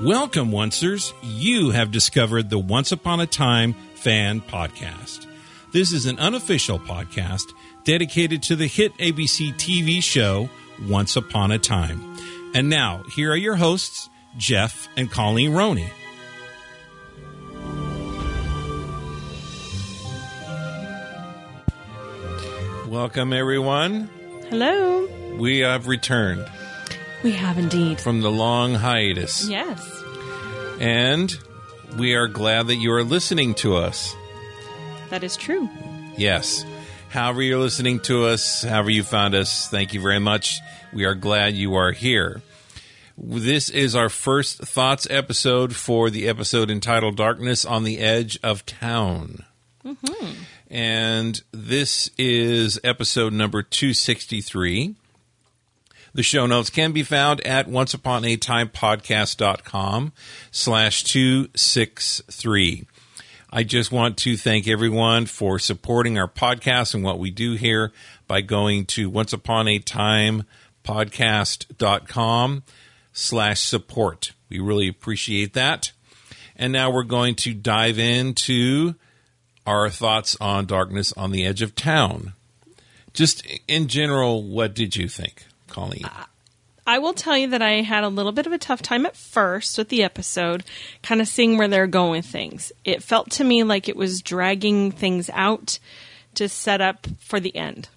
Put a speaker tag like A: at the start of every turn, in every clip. A: Welcome, Oncers. You have discovered the Once Upon a Time Fan Podcast. This is an unofficial podcast dedicated to the hit ABC TV show Once Upon a Time. And now, here are your hosts, Jeff and Colleen Roney. Welcome, everyone.
B: Hello.
A: We have returned
B: We have indeed.
A: from the long hiatus.
B: Yes.
A: And we are glad that you are listening to us.
B: That is true.
A: Yes. However, you're listening to us, however, you found us, thank you very much. We are glad you are here. This is our first thoughts episode for the episode entitled Darkness on the Edge of Town. And this is episode number 263. The show notes can be found at onceuponatimepodcast.com slash 263. I just want to thank everyone for supporting our podcast and what we do here by going to onceuponatimepodcast.com slash support. We really appreciate that. And now we're going to dive into our thoughts on Darkness on the Edge of Town. Just in general, what did you think, Colleen?
B: I will tell you that I had a little bit of a tough time at first with the episode, kind of seeing where they're going with things. It felt to me like it was dragging things out to set up for the end.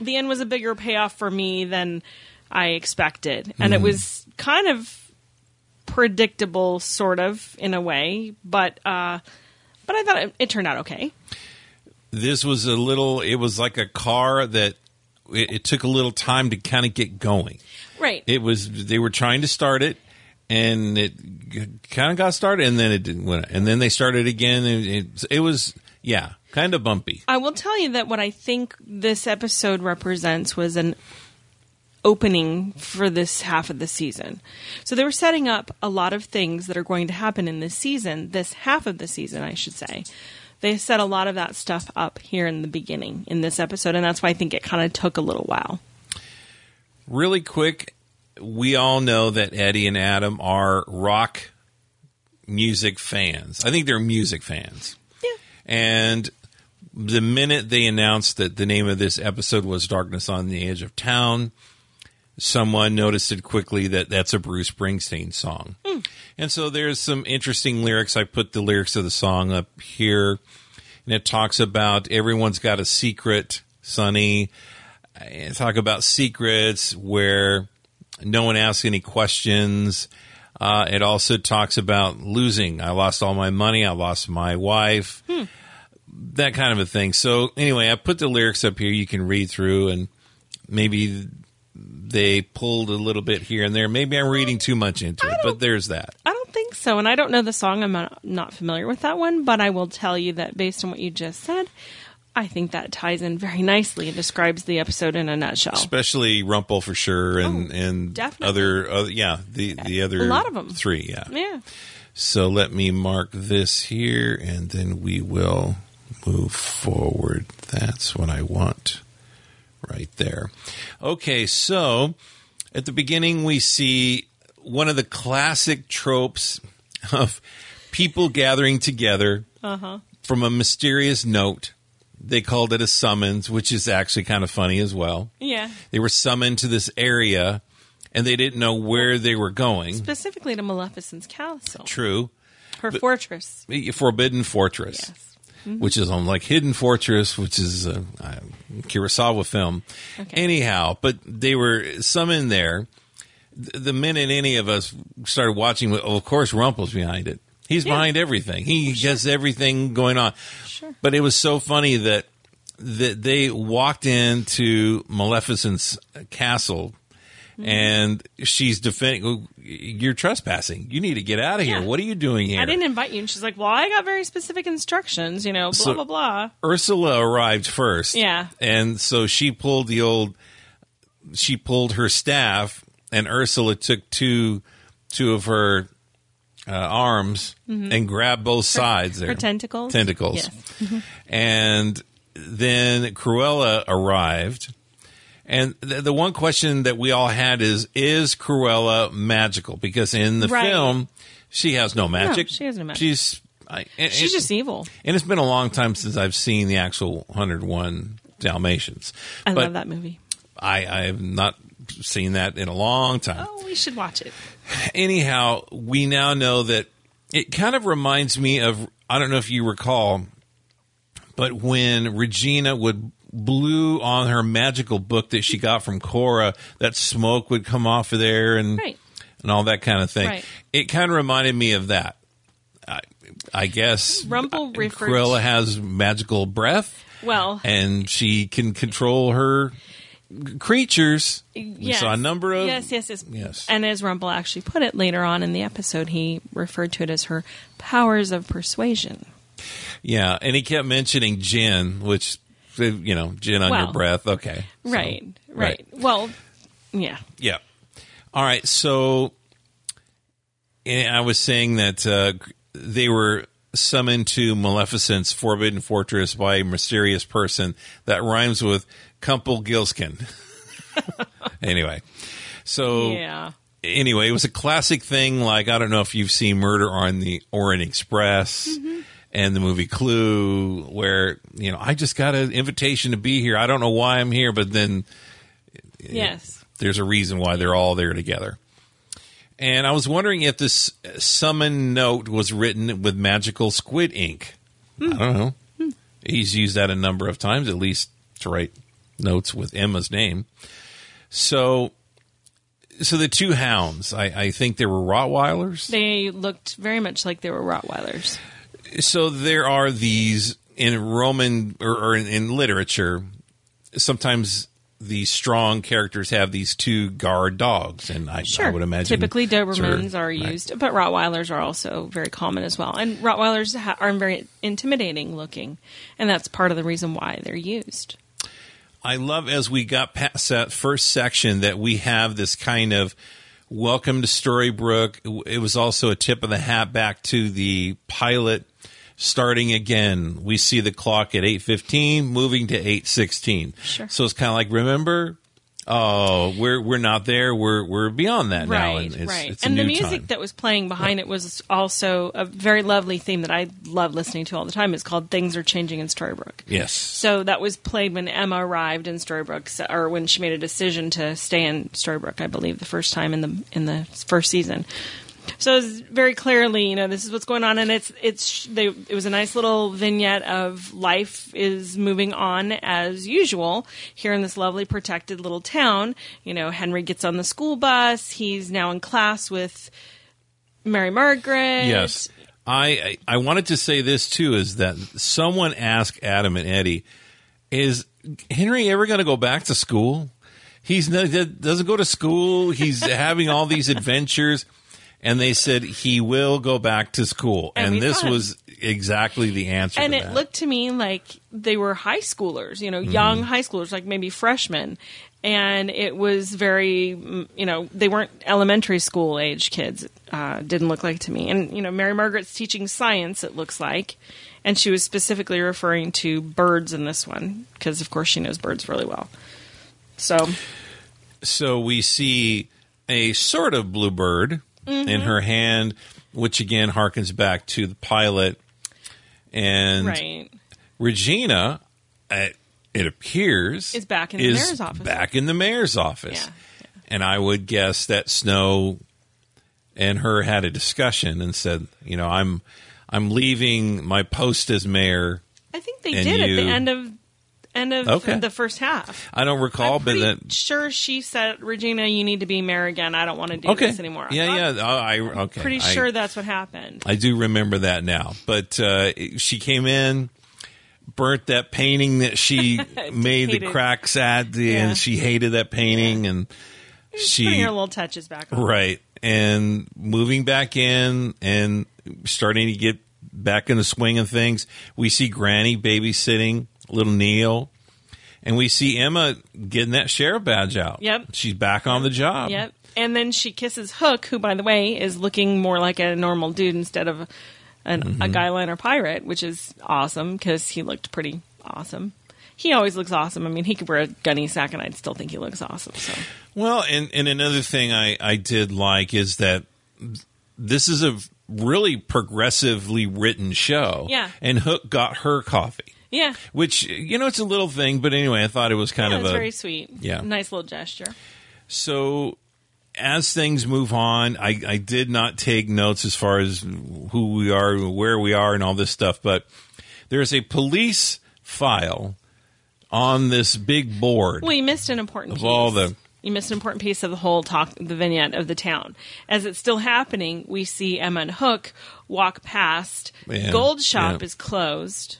B: The end was a bigger payoff for me than I expected. And it was kind of predictable, sort of, in a way, but uh, but I thought it, it turned out okay.
A: this was a little it was like a car that it, it took a little time to kind of get going
B: Right.
A: it was they were trying to start it and it kind of got started and then it didn't win and then they started again and it, it was yeah kind of bumpy
B: I will tell you that what I think this episode represents was an opening for this half of the season. So they were setting up a lot of things that are going to happen in this season, this half of the season, I should say. They set a lot of that stuff up here in the beginning in this episode, and that's why I think it kind of took a little while.
A: really quick we all know that eddie and adam are rock music fans i think they're music fans
B: Yeah.
A: And the minute they announced that the name of this episode was Darkness on the Edge of Town, someone noticed it quickly that that's a Bruce Springsteen song. And so there's some interesting lyrics. I put the lyrics of the song up here, and it talks about everyone's got a secret, Sonny. And talk about secrets where no one asks any questions. Uh, it also talks about losing. I lost all my money. I lost my wife that kind of a thing. So anyway, I put the lyrics up here. You can read through, and maybe they pulled a little bit here and there. Maybe I'm reading too much into it, but there's that.
B: I don't think so, and I don't know the song. I'm not- not familiar with that one, but I will tell you that based on what you just said, I think that ties in very nicely and describes the episode in a nutshell.
A: Especially Rumple for sure, and and
B: Oh. definitely.
A: other, other yeah the the other
B: A lot of 'em.
A: three yeah.
B: Yeah.
A: So let me mark this here, and then we will move forward. That's what I want right there. Okay, so at the beginning, we see one of the classic tropes of people gathering together from a mysterious note. They called it a summons, which is actually kind of funny as well.
B: Yeah.
A: They were summoned to this area and they didn't know where they were going.
B: specifically to Maleficent's castle,
A: True.
B: her fortress.
A: Forbidden Fortress,
B: Yes. Mm-hmm.
A: which is on like Hidden Fortress, which is a, a Kurosawa film.
B: Okay.
A: Anyhow, but they were summoned there. Th- The minute any of us started watching, well, of course, Rumpel's behind it. He's behind everything. He gets everything going on.
B: Sure.
A: But it was so funny that that they walked into Maleficent's castle.
B: Mm-hmm.
A: And she's defending. "Oh, You're trespassing. You need to get out of here.
B: Yeah.
A: What are you doing here?
B: I didn't invite you, and she's like, "Well, I got very specific instructions, you know, blah
A: So-
B: blah blah."
A: Ursula arrived first.
B: Yeah.
A: And so she pulled the old she pulled her staff and Ursula took two two of her uh, arms and grabbed both sides there.
B: Mm-hmm. Her tentacles.
A: Tentacles.
B: Yes. Mm-hmm.
A: And then Cruella arrived And the, the one question that we all had is Is Cruella magical? Because in the
B: Right.
A: film, she has no magic.
B: she has no magic.
A: She's, I, and,
B: She's just evil.
A: and it's been a long time since I've seen the actual 101 Dalmatians.
B: I
A: but
B: love that movie.
A: I, I have not seen that in a long time.
B: Oh, we should watch it.
A: Anyhow, we now know that it kind of reminds me of I don't know if you recall, but when Regina would blew on her magical book that she got from Cora, that smoke would come off of there and
B: Right.
A: and all that kind of thing.
B: Right.
A: It kind of reminded me of that. I, I guess
B: Rumple referred-
A: Cruella has magical breath
B: Well,
A: and she can control her creatures. We
B: yes.
A: saw a number of
B: yes, yes, yes,
A: Yes.
B: And as Rumble actually put it later on in the episode, he referred to it as her powers of persuasion.
A: Yeah, and he kept mentioning gin, which uh, you know, gin on your
B: Well,
A: breath. Okay, So,
B: right, right, Well, yeah,
A: yeah. All right, so and I was saying that uh, they were summoned to Maleficent's Forbidden Fortress by a mysterious person that rhymes with Kumpel Gilskin. anyway, so
B: yeah.
A: anyway, it was a classic thing. Like I don't know if you've seen Murder on the Orient Express and the movie Clue, where you know I just got an invitation to be here. I don't know why I'm here, but then
B: Yes.
A: there's a reason why they're all there together. And I was wondering if this summon note was written with magical squid ink. I don't know. He's used that a number of times, at least to write notes with Emma's name. So, so the two hounds, I, I think they were Rottweilers.
B: They looked very much like they were Rottweilers.
A: So there are these in Roman or, or in, in literature. Sometimes the strong characters have these two guard dogs, and I,
B: Sure.
A: I would imagine
B: Typically, Dobermans
A: Sure.
B: are
A: Right.
B: used, but Rottweilers are also very common as well. And Rottweilers ha- are very intimidating looking, and that's part of the reason why they're used.
A: I love as we got past that first section that we have this kind of welcome to Storybrooke. It was also a tip of the hat back to the pilot starting again. We see the clock at 8:15 moving to 8:16.
B: Sure.
A: So it's kind of like remember Oh, we're we're not there. We're we're beyond that now,
B: Right,
A: and it's,
B: right.
A: it's a
B: and the
A: new
B: music
A: time.
B: that was playing behind it was also a very lovely theme that I love listening to all the time. It's called "Things Are Changing in Storybrooke."
A: yes,
B: So that was played when Emma arrived in Storybrooke, so- or when she made a decision to stay in Storybrooke, I believe, the first time in the in the first season. So it's very clearly, you know, this is what's going on, and it's it's they, it was a nice little vignette of life is moving on as usual here in this lovely protected little town. You know, Henry gets on the school bus. He's now in class with Mary Margaret.
A: Yes. I, I I wanted to say this too is that someone asked Adam and Eddie, is Henry ever going to go back to school? He's no, doesn't go to school. He's having all these adventures, and they said he will go back to school.
B: Every
A: and this
B: time.
A: was exactly the Mm-hmm. answer.
B: and
A: to
B: it
A: that.
B: looked to me like they were high schoolers you know young high schoolers like maybe freshmen and it was very mm, you know they weren't elementary school age kids uh, didn't look like to me and you know mary margaret's teaching science it looks like and she was specifically referring to birds in this one because of course she knows birds really well so
A: so we see a sort of bluebird
B: Mm-hmm.
A: in her hand, which again harkens back to the pilot. And
B: right
A: Regina, uh, it appears,
B: Is back in the
A: is
B: mayor's office.
A: Back in the mayor's office,
B: Yeah,
A: and I would guess that Snow and her had a discussion and said, you know, I'm I'm leaving my post as mayor.
B: i think they
A: And
B: did at
A: you-
B: the end of end of
A: Okay.
B: the first half
A: I don't recall,
B: I'm
A: but
B: pretty
A: that
B: sure she said, Regina, you need to be mayor again. I don't want to do
A: okay
B: this anymore. I'm
A: Yeah, yeah. I, I okay.
B: Pretty
A: I-
B: sure that's what happened.
A: I do remember that now. But uh, she came in, burnt that painting that she made the
B: Hated.
A: cracks at,
B: Yeah.
A: and she hated that painting, and she
B: Putting her little touches back on.
A: Right. And moving back in and starting to get back in the swing of things. We see Granny babysitting little Neil. And we see Emma getting that sheriff badge out.
B: Yep.
A: She's back on the job.
B: Yep. And then she kisses Hook, who, by the way, is looking more like a normal dude instead of
A: Mm-hmm.
B: an, a guyliner pirate, which is awesome because he looked pretty awesome. he always looks awesome. I mean, he could wear a gunny sack, and I'd still think he looks awesome. So
A: Well, and, and another thing I, I did like is that this is a really progressively written show.
B: Yeah.
A: And Hook got her coffee,
B: yeah,
A: which, you know, it's a little thing, but anyway, I thought it was kind
B: yeah
A: of
B: it's
A: a.
B: very sweet.
A: yeah.
B: nice little gesture.
A: so as things move on, I, I did not take notes as far as who we are, where we are, and all this stuff, but there's a police file on this big board.
B: Well, you missed an important
A: Of
B: piece.
A: all the-
B: you missed an important piece of the whole talk, the vignette of the town. As it's still happening, we see Emma and Hook walk past.
A: Yeah,
B: Gold shop
A: yeah.
B: is closed,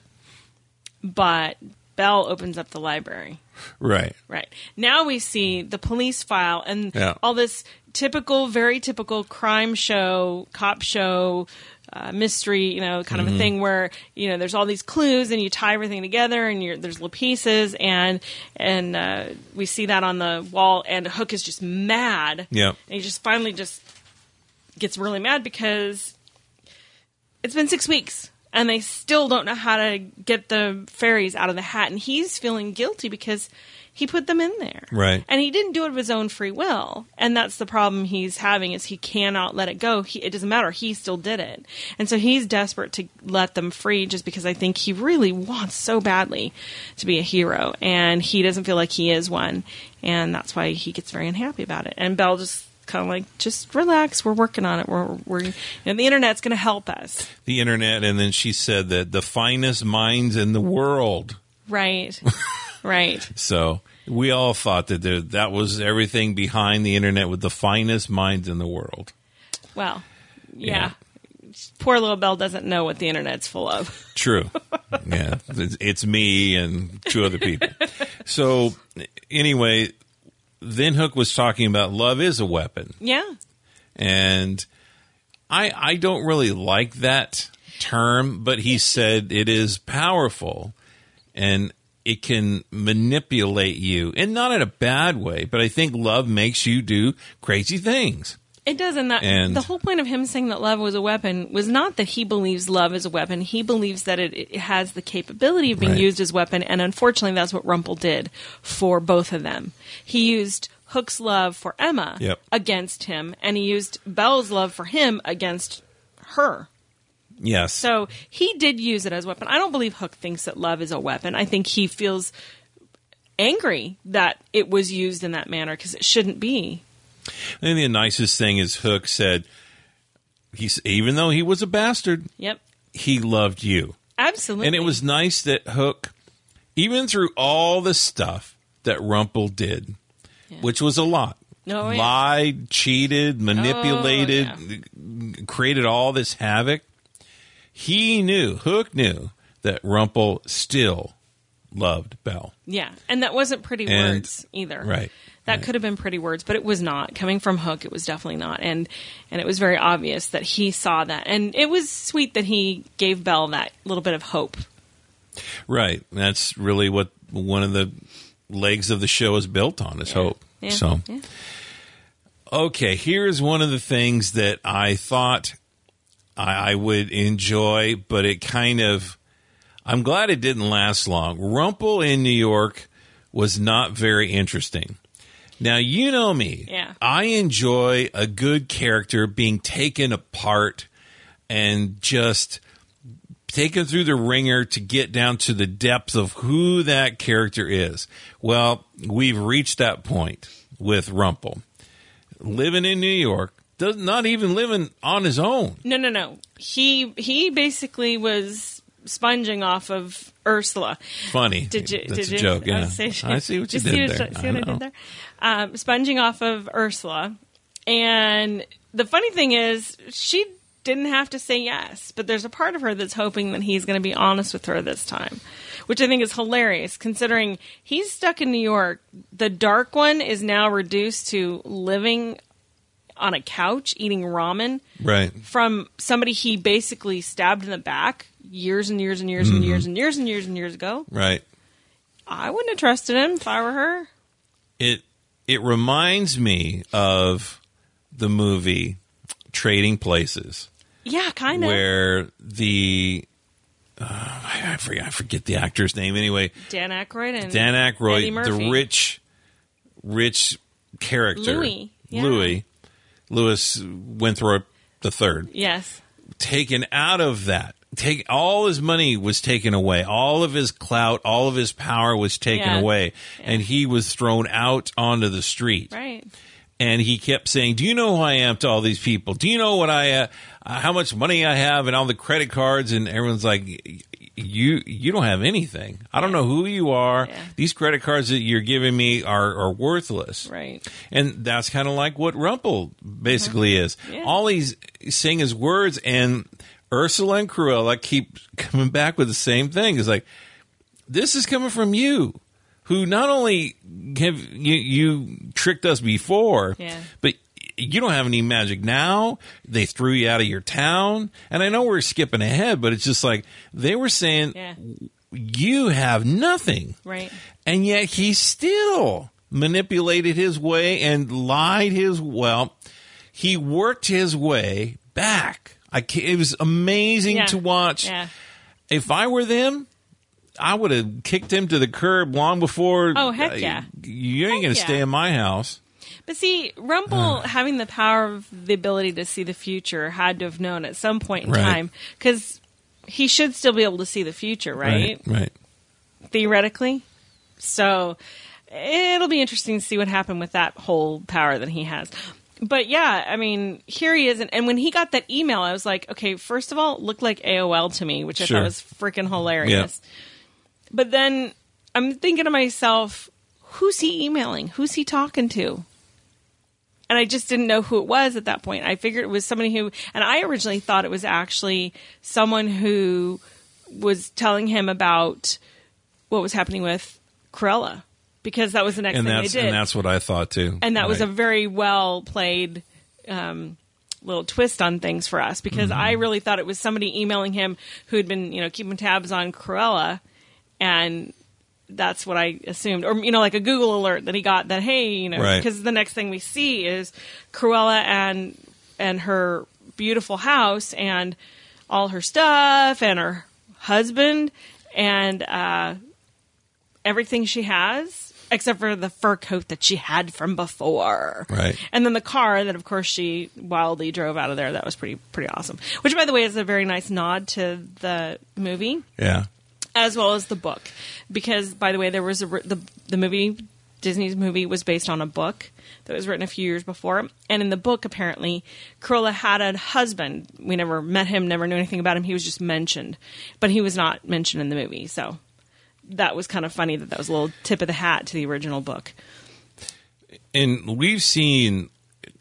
B: but Bell opens up the library.
A: Right.
B: Right. Now we see the police file and
A: Yeah.
B: all this typical, very typical crime show, cop show, uh, mystery, you know, kind of a
A: Mm-hmm.
B: thing where, you know, there's all these clues and you tie everything together and you're, there's little pieces and, and, uh, we see that on the wall and Hook is just mad.
A: Yeah.
B: And he just finally just gets really mad because it's been six weeks and they still don't know how to get the fairies out of the hat. And he's feeling guilty because he put them in there.
A: Right.
B: And he didn't do it of his own free will. And that's the problem he's having is he cannot let it go. He, it doesn't matter. He still did it. And so he's desperate to let them free just because I think he really wants so badly to be a hero. And he doesn't feel like he is one. And that's why he gets very unhappy about it. And Belle just kind of like, just relax. We're working on it. We're, we're you know, the internet's going to help us.
A: the internet, and then she said that the finest minds in the world.
B: Right. right.
A: So we all thought that there, that was everything behind the internet with the finest minds in the world.
B: Well, yeah. Poor little Belle doesn't know what the internet's full of.
A: True. yeah, it's, it's me and two other people. So anyway, then Hook was talking about love is a weapon,
B: Yeah.
A: and I I don't really like that term, but he said it is powerful and it can manipulate you and not in a bad way, but I think love makes you do crazy things.
B: It does, and that
A: And-
B: the whole point of him saying that love was a weapon was not that he believes love is a weapon. He believes that it, it has the capability of being
A: Right.
B: used as weapon, and unfortunately, that's what Rumpel did for both of them. He used Hook's love for Emma
A: Yep.
B: against him, and he used Belle's love for him against her.
A: Yes.
B: So he did use it as a weapon. I don't believe Hook thinks that love is a weapon. I think he feels angry that it was used in that manner because it shouldn't be.
A: I think the nicest thing is Hook said he's even though he was a bastard,
B: Yep.
A: he loved you.
B: Absolutely.
A: And it was nice that Hook, even through all the stuff that Rumpel did, which was a lot,
B: Oh, yeah. Oh,
A: lied, cheated, manipulated, created all this havoc. He knew, Hook knew that Rumpel still loved Bell.
B: Yeah, and that wasn't pretty
A: And-
B: words either.
A: right,
B: That could have been pretty words, but it was not. Coming from Hook, it was definitely not, and and it was very obvious that he saw that, and it was sweet that he gave Belle that little bit of hope.
A: Right. That's really what one of the legs of the show is built on is hope.
B: Yeah.
A: So,
B: Yeah.
A: okay, here's one of the things that I thought I, I would enjoy, but it kind of, I'm glad it didn't last long. Rumple in New York was not very interesting. Now, you know me.
B: Yeah.
A: I enjoy a good character being taken apart and just taken through the ringer to get down to the depth of who that character is. Well, we've reached that point with Rumple. Living in New York, does not even living on his own.
B: No, no, no. He he basically was sponging off of Ursula.
A: Funny.
B: Did you?
A: That's a
B: did you-
A: joke.
B: I,
A: Yeah.
B: was saying-
A: I see what you
B: see
A: did
B: what-
A: there.
B: See what I,
A: know.
B: did there? Um, sponging off of Ursula, and the funny thing is, she didn't have to say yes, but there's a part of her that's hoping that he's going to be honest with her this time, which I think is hilarious considering he's stuck in New York. The dark one is now reduced to living on a couch eating ramen
A: Right.
B: from somebody he basically stabbed in the back years and years and years
A: Mm-hmm.
B: and years and years and years and years ago.
A: Right.
B: I wouldn't have trusted him if I were her.
A: It it reminds me of the movie Trading Places.
B: Yeah, kind of.
A: where the uh, I, I forget, I forget the actor's name anyway.
B: Dan Aykroyd and
A: Dan
B: Mm. Eddie
A: Aykroyd,
B: Murphy.
A: the rich, rich character,
B: Louis, yeah.
A: Louis, Louis Winthrop the third,
B: Yes.
A: taken out of that. Take all his money was taken away. All of his clout, all of his power was taken
B: Yeah.
A: away, and he was thrown out onto the street.
B: Right.
A: And he kept saying, "Do you know who I am to all these people? Do you know what I, uh, uh, how much money I have, and all the credit cards?" And everyone's like, "Y- "You, you don't have anything. I don't know who you are.
B: Yeah.
A: These credit cards that you're giving me are are worthless."
B: Right.
A: And that's kind of like what Rumple basically is.
B: Mm-hmm. Yeah.
A: All he's saying is words, and Ursula and Cruella keep coming back with the same thing. It's like, this is coming from you, who not only have you, you tricked us before,
B: Yeah.
A: but you don't have any magic now. They threw you out of your town. And I know we're skipping ahead, but it's just like they were saying,
B: Yeah.
A: you have nothing.
B: Right.
A: And yet he still manipulated his way and lied his well. He worked his way back. I ca it was amazing
B: Yeah.
A: to watch.
B: Yeah.
A: If I were them, I would have kicked him to the curb long before. uh,
B: Oh, heck yeah.
A: you ain't going to
B: yeah.
A: stay in my house.
B: But see, Rumble
A: Uh.
B: having the power of the ability to see the future had to have known at some point in
A: Right.
B: time because he should still be able to see the future, right?
A: right.
B: Theoretically. So it'll be interesting to see what happened with that whole power that he has. But yeah, I mean, here he is. And, and when he got that email, I was like, okay, first of all, it looked like AOL to me, which I
A: Sure.
B: thought was freaking hilarious. But then I'm thinking to myself, who's he emailing? Who's he talking to? And I just didn't know who it was at that point. I figured it was somebody who, and I originally thought it was actually someone who was telling him about what was happening with Cruella because that was the next
A: And
B: thing
A: that's
B: they did.
A: and that's what I thought too.
B: And that was a
A: Right.
B: very well played um, little twist on things for us because I
A: Mm-hmm.
B: really thought it was somebody emailing him who had been, you know, keeping tabs on Cruella. And that's what I assumed. Or, you know, like a Google alert that he got that, hey, you know,
A: Right.
B: because the next thing we see is Cruella and and her beautiful house and all her stuff and her husband and uh, everything she has except for the fur coat that she had from before.
A: Right.
B: And then the car that of course she wildly drove out of there. That was pretty pretty awesome. Which by the way is a very nice nod to the movie
A: yeah.
B: as well as the book because by the way there was a the the movie Disney's movie was based on a book that was written a few years before and in the book apparently Cruella had a husband we never met him never knew anything about him he was just mentioned but he was not mentioned in the movie so that was kind of funny that that was a little tip of the hat to the original book
A: and we've seen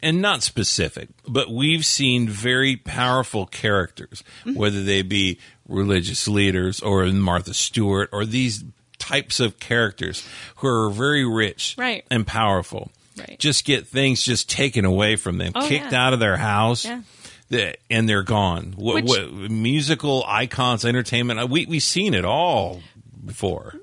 A: and not specific but we've seen very powerful characters
B: Mm-hmm.
A: whether they be religious leaders or martha stewart or these types of characters who are very rich
B: Right.
A: and powerful
B: Right.
A: just get things just taken away from them
B: Oh,
A: kicked
B: yeah.
A: out of their house
B: Yeah.
A: th- and they're gone what,
B: Which-
A: what musical icons entertainment uh, we, we've seen it all before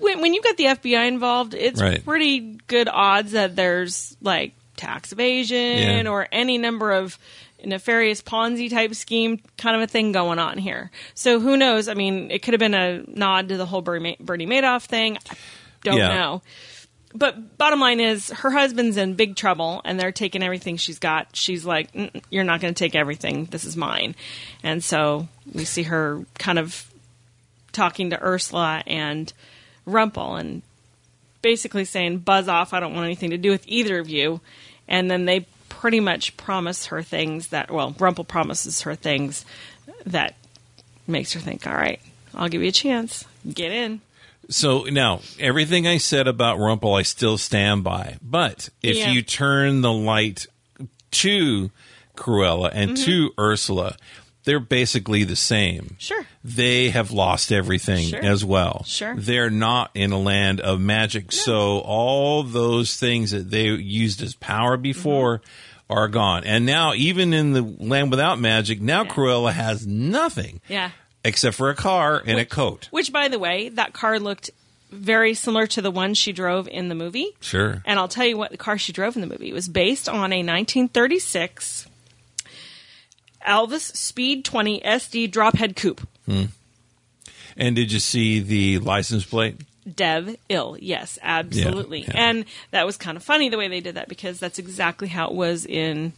B: when, when you've got the FBI involved, it's
A: Right.
B: pretty good odds that there's like tax evasion
A: Yeah.
B: or any number of nefarious Ponzi type scheme kind of a thing going on here. So who knows? I mean, it could have been a nod to the whole Bernie, Ma- Bernie Madoff thing. I don't
A: Yeah.
B: know. But bottom line is, her husband's in big trouble, and they're taking everything she's got. She's like, "Mm, "You're not going to take everything. This is mine." And so we see her kind of talking to Ursula and Rumple, and basically saying, "Buzz off! I don't want anything to do with either of you." And then they pretty much promise her things that, well, Rumple promises her things that makes her think, "All right, I'll give you a chance. Get in."
A: So now everything I said about Rumpel, I still stand by. But if
B: Yeah.
A: you turn the light to Cruella and
B: Mm-hmm.
A: to Ursula, they're basically the same.
B: Sure.
A: They have lost everything
B: Sure.
A: as well.
B: Sure.
A: They're not in a land of magic. So all those things that they used as power before
B: Mm-hmm.
A: are gone. And now even in the land without magic, now
B: Yeah.
A: Cruella has nothing
B: Yeah.
A: except for a car and a coat.
B: Which, by the way, that car looked very similar to the one she drove in the movie.
A: Sure.
B: And I'll tell you what the car she drove in the movie it was based on a 1936 Alvis Speed 20 SD drophead coupe.
A: And did you see the license plate?
B: Dev ill. Yes, absolutely.
A: yeah.
B: And that was kind of funny the way they did that because that's exactly how it was in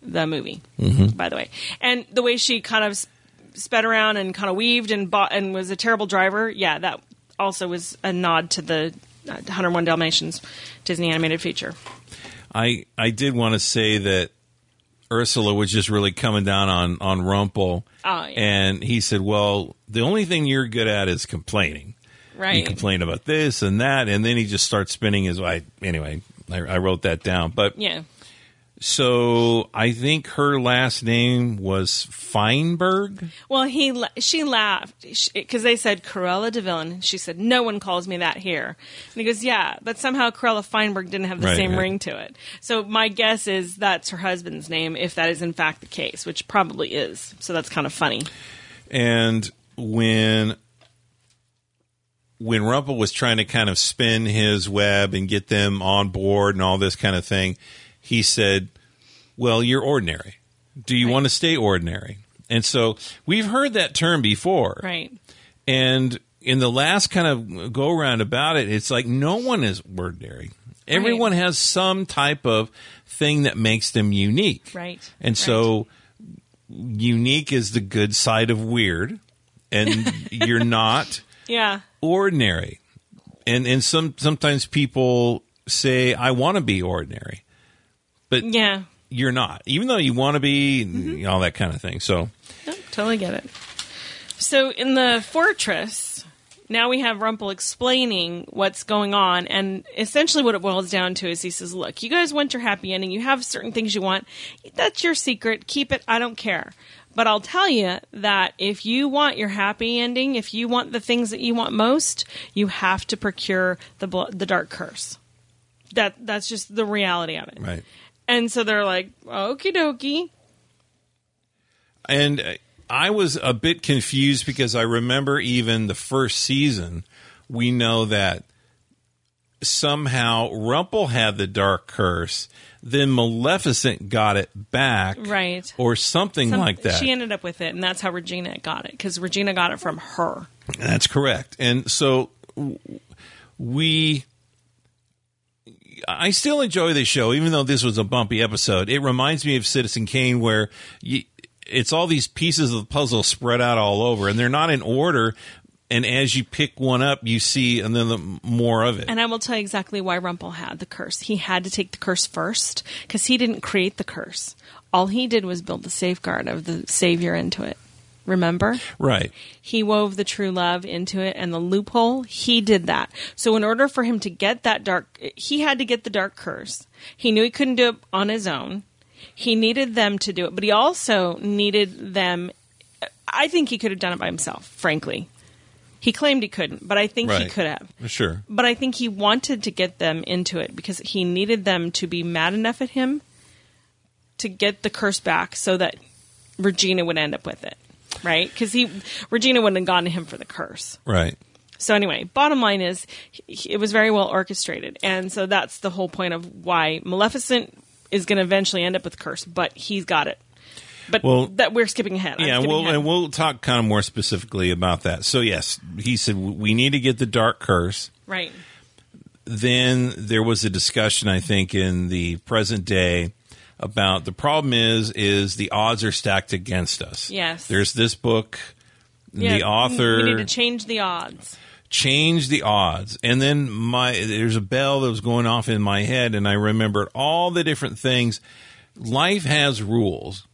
B: the movie.
A: Mm-hmm.
B: By the way, and the way she kind of s- sped around and kind of weaved and bought and was a terrible driver. Yeah, that also was a nod to the uh, 101 Dalmatians Disney animated feature.
A: I I did want to say that Ursula was just really coming down on on Rumpel,
B: Oh, yeah.
A: and he said, "Well, the only thing you're good at is complaining. You
B: Right.
A: complain about this and that, and then he just starts spinning his. I anyway, I, I wrote that down, but
B: yeah.
A: so I think her last name was Feinberg.
B: Well, he la- she laughed because they said Corella Deville, she said, "No one calls me that here." And he goes, "Yeah, but somehow Corella Feinberg didn't have the
A: Right,
B: same
A: right.
B: ring to it." So my guess is that's her husband's name, if that is in fact the case, which probably is. So that's kind of funny.
A: and when when Rumpel was trying to kind of spin his web and get them on board and all this kind of thing, he said, "Well, you're ordinary. Do you want to stay ordinary?" And so we've heard that term before,
B: Right.
A: and in the last kind of go around about it, it's like no one is ordinary. Everyone has some type of thing that makes them unique.
B: Right.
A: And so unique is the good side of weird, and you're not
B: Yeah.
A: ordinary. And and some sometimes people say, I want to be ordinary. But
B: Yeah.
A: you're not, even though you want to be and all that kind of thing. So
B: Nope, totally get it. So in the fortress, now we have Rumpel explaining what's going on, and essentially what it boils down to is he says, "Look, you guys want your happy ending. You have certain things you want. That's your secret. Keep it. I don't care." But I'll tell you that if you want your happy ending, if you want the things that you want most, you have to procure the blo- the dark curse. That that's just the reality of it.
A: right.
B: And so they're like, "Okie dokie."
A: And uh, I was a bit confused because I remember even the first season, we know that somehow Rumpel had the dark curse, then Maleficent got it back,
B: Right.
A: Or something
B: Some-
A: like that.
B: She ended up with it, and that's how Regina got it because Regina got it from her.
A: That's correct. And so w- we. I still enjoy this show, even though this was a bumpy episode. It reminds me of Citizen Kane, where you, it's all these pieces of the puzzle spread out all over, and they're not in order. And as you pick one up, you see, and then the, more of it.
B: And I will tell you exactly why Rumpel had the curse. He had to take the curse first because he didn't create the curse. All he did was build the safeguard of the savior into it. Remember?
A: right.
B: He wove the true love into it and the loophole. He did that. So, in order for him to get that dark, he had to get the dark curse. He knew he couldn't do it on his own. He needed them to do it, but he also needed them. I think he could have done it by himself, frankly. He claimed he couldn't, but I think he
A: Right.
B: could have.
A: Sure.
B: But I think he wanted to get them into it because he needed them to be mad enough at him to get the curse back so that Regina would end up with it. Right? Because he Regina wouldn't have gone to him for the curse.
A: Right.
B: So anyway, bottom line is he, it was very well orchestrated, and so that's the whole point of why Maleficent is going to eventually end up with curse, but he's got it. But
A: Well-
B: that we're skipping ahead. I'm
A: Yeah,
B: skipping
A: well,
B: ahead.
A: and we'll talk kind of more specifically about that. So, yes, he said we need to get the dark curse.
B: right,
A: then there was a discussion i think in the present day about the problem is is the odds are stacked against us
B: Yes.
A: there's this book
B: Yeah,
A: the author
B: We need to change the odds.
A: change the odds. And then my there's a bell that was going off in my head, and I remembered all the different things. Life has rules.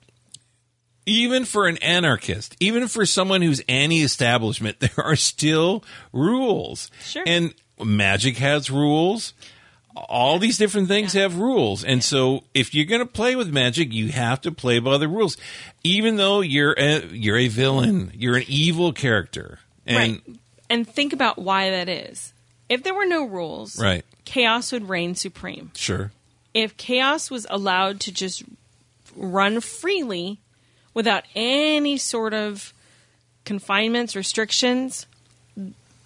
A: Even for an anarchist, even for someone who's anti-establishment, there are still rules.
B: Sure.
A: And magic has rules. All these different things have rules. And so if you're going to play with magic, you have to play by the rules. Even though you're a, you're a villain, you're an evil character. And
B: right. And think about why that is. If there were no rules,
A: Right.
B: chaos would reign supreme.
A: Sure.
B: If chaos was allowed to just run freely without any sort of confinements, restrictions,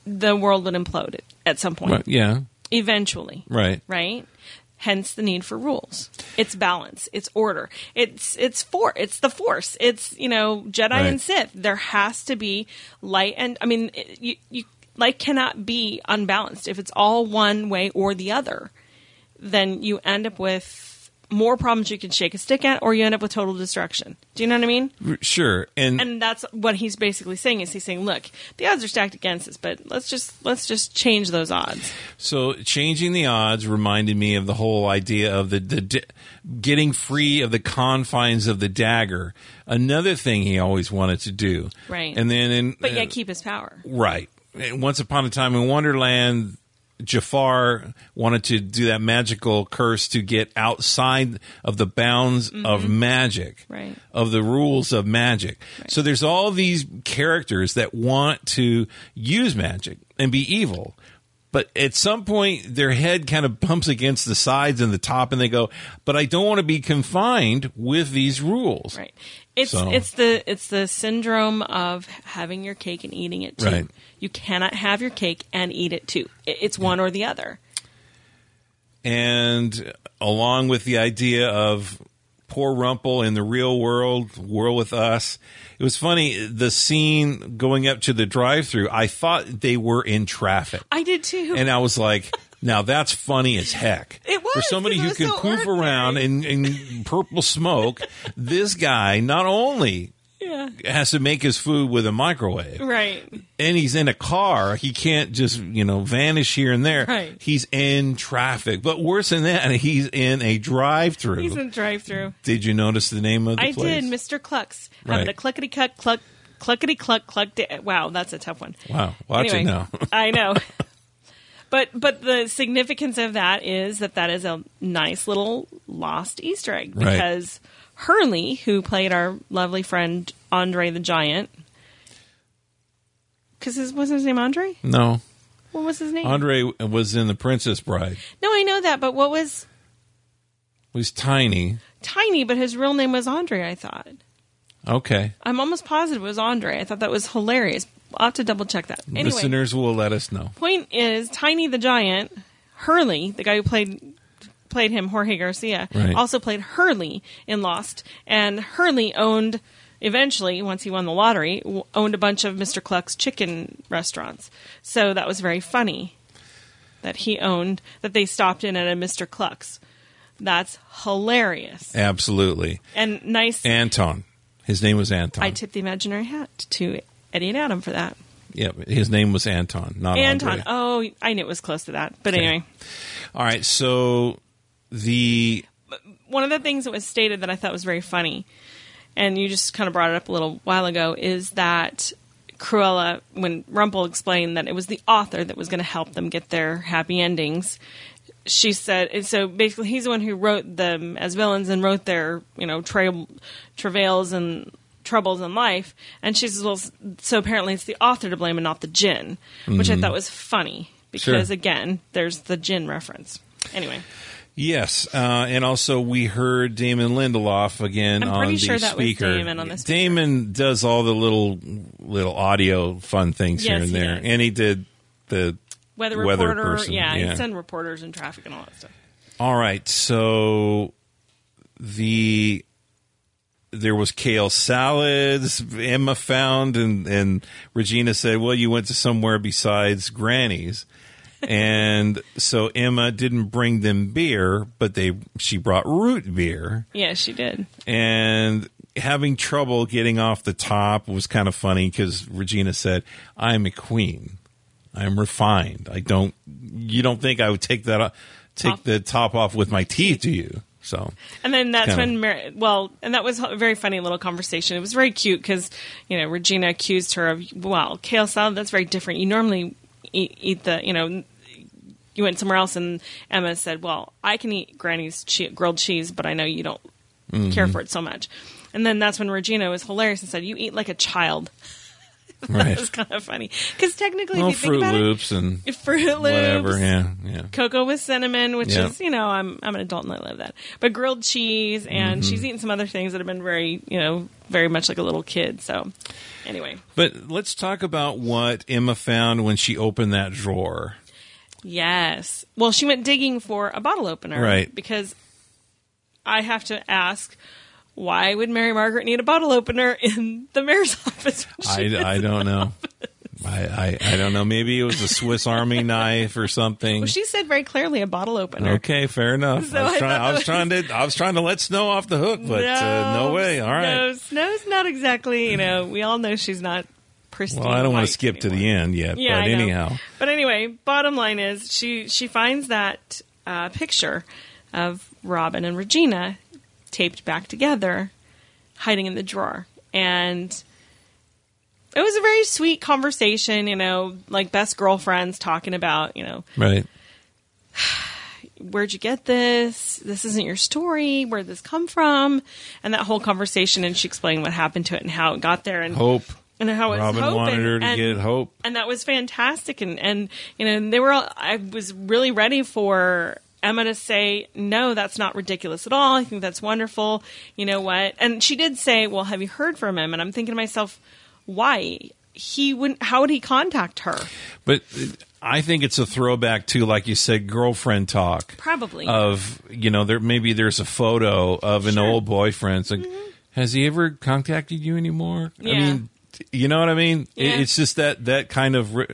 B: the world would implode at- at some point,
A: yeah.
B: eventually.
A: Right.
B: Right? hence the need for rules it's balance it's order it's it's for it's the force it's you know jedi
A: Right.
B: and sith there has to be light and i mean it- you, you light cannot be unbalanced if it's all one way or the other then you end up with more problems you can shake a stick at or you end up with total destruction do you know what i mean
A: R- Sure. and
B: and that's what he's basically saying is he's saying look the odds are stacked against us but let's just let's just change those odds
A: So changing the odds reminded me of the whole idea of the, the di- getting free of the confines of the dagger. Another thing he always wanted to do.
B: Right.
A: And then in
B: but
A: uh,
B: yet keep his power
A: right. And once upon a time in Wonderland, Jafar wanted to do that magical curse to get outside of the bounds of magic,
B: Mm-hmm. Right.
A: of the rules of magic. So there's all these characters that want to use magic and be evil. But at some point, their head kind of bumps against the sides and the top, and they go, But I don't want to be confined with these rules.
B: Right. It's
A: So-
B: it's the it's the syndrome of having your cake and eating it too.
A: Right.
B: You cannot have your cake and eat it too. I- It's one or the other.
A: and along with the idea of poor Rumple in the real world, world with us. It was funny the scene going up to the drive-through. I thought they were in traffic,
B: I did too.
A: and I was like. Now that's funny as heck.
B: It was,
A: for somebody
B: 'cause it
A: who can
B: was so
A: poof
B: ordinary.
A: around in, in purple smoke. this guy not only
B: yeah.
A: has to make his food with a microwave,
B: Right.
A: and he's in a car. He can't just, you know, vanish here and there.
B: Mm-hmm. Right.
A: He's in traffic. But worse than that, he's in a drive
B: He's
A: through.
B: in drive through.
A: did you notice the name of the
B: I
A: place?
B: did, Mr. Clucks.
A: Right.
B: Having a cluckety cluck cluck cluckety cluck cluck da- wow, that's a tough one.
A: Wow. Watch it
B: Anyway,
A: now.
B: I know. But but the significance of that is that that is a nice little lost Easter egg
A: Right.
B: because Hurley, who played our lovely friend Andre the Giant, because his wasn't his name Andre.
A: no.
B: What was his name?
A: Andre was in The Princess Bride.
B: no, I know that, but what was
A: He was tiny.
B: Tiny? But his real name was Andre. I thought.
A: Okay.
B: I'm almost positive it was Andre. I thought that was hilarious. I'll have to double check that. Anyway,
A: Listeners will let us know.
B: point is Tiny the Giant, Hurley, the guy who played played him, Jorge Garcia,
A: Right.
B: also played Hurley in Lost, and Hurley owned eventually once he won the lottery w- owned a bunch of Mr. Cluck's chicken restaurants. So that was very funny that he owned that they stopped in at a Mr. Cluck's. That's hilarious
A: Absolutely.
B: and nice.
A: Anton. His name was Anton.
B: I tip the imaginary hat to Eddie and Adam for that.
A: yeah, his name was Anton, not
B: Anton.
A: Andre.
B: Oh, I knew it was close to that. But
A: Okay.
B: anyway.
A: All right. So the
B: one of the things that was stated that I thought was very funny, and you just kind of brought it up a little while ago, is that Cruella, when Rumple explained that it was the author that was going to help them get their happy endings, she said, and so basically he's the one who wrote them as villains and wrote their, you know, tra- travails and troubles in life. And she says, well, s- so apparently it's the author to blame and not the gin, which I thought was funny because,
A: Sure.
B: again, there's the gin reference. Anyway.
A: Yes, uh, and also we heard Damon Lindelof again
B: I'm
A: on
B: pretty
A: the
B: sure that was
A: speaker.
B: Damon on the speaker.
A: Damon does all the little little audio fun things here
B: Yes,
A: and
B: he
A: there,
B: does.
A: and he did the
B: weather
A: Weather
B: reporter.
A: person,
B: yeah,
A: yeah.
B: he'd send reporters and traffic and all that stuff.
A: All right, so the there was kale salads Emma found, and and Regina said, "Well, you went to somewhere besides Granny's." and so Emma didn't bring them beer, but they she brought root beer.
B: Yeah, she did.
A: and having trouble getting off the top was kind of funny because Regina said, "I'm a queen. I'm refined. I don't. You don't think I would take that o- take
B: Off.
A: the top off with my teeth, do you?" So
B: And then that's
A: Kinda.
B: when, Mar- well, and that was a very funny little conversation. It was very cute because, you know, Regina accused her of, well, kale salad, that's very different. You normally eat, eat the, you know, you went somewhere else, and Emma said, well, I can eat Granny's che- grilled cheese, but I know you don't
A: Mm-hmm.
B: care for it so much. And then that's when Regina was hilarious and said, you eat like a child.
A: right,
B: It was kind of funny. Because technically,
A: well,
B: if you think
A: Fruit
B: about
A: Loops and
B: it, Fruit Loops,
A: whatever. Yeah, yeah.
B: cocoa with cinnamon, which
A: Yeah.
B: is you know I'm I'm an adult and I love that. But grilled cheese, and
A: Mm-hmm.
B: she's eaten some other things that have been very you know very much like a little kid. So anyway,
A: But let's talk about what Emma found when she opened that drawer.
B: Yes. Well, she went digging for a bottle opener.
A: Right.
B: Because I have to ask, why would Mary Margaret need a bottle opener in the mayor's office?
A: I, I don't know. I, I, I don't know. Maybe it was a Swiss Army knife or something.
B: she said very clearly a bottle opener.
A: Okay, fair enough.
B: So
A: I was,
B: I
A: trying,
B: thought
A: I was
B: that
A: trying to I was trying to let Snow off the hook, but uh, no way. All right.
B: No, Snow's not exactly, you know, we all know she's not pristine.
A: Well, I don't want
B: white
A: to skip to the
B: anymore.
A: end yet,
B: Yeah,
A: but
B: I know.
A: anyhow,
B: But anyway, bottom line is she she finds that uh, picture of Robin and Regina taped back together, hiding in the drawer, and it was a very sweet conversation. You know, like best girlfriends talking about you know
A: right?
B: where'd you get this? This isn't your story. Where'd this come from? And that whole conversation, and she explained what happened to it and how it got there, and
A: Hope.
B: and how it
A: Robin
B: was hope
A: wanted
B: and-
A: her to
B: and-
A: get hope.
B: and that was fantastic and and you know and they were all i was really ready for emma to say no that's not ridiculous at all i think that's wonderful you know what and she did say well have you heard from him and i'm thinking to myself why he wouldn't how would he contact her
A: But uh, I think it's a throwback to, like you said, girlfriend talk.
B: probably
A: Of you know, there maybe there's a photo of an
B: Sure. Mm-hmm.
A: old boyfriend. It's like, has he ever contacted you anymore? I
B: Yeah.
A: mean, t- you know what I mean? It-
B: Yeah.
A: It's just that that kind of re-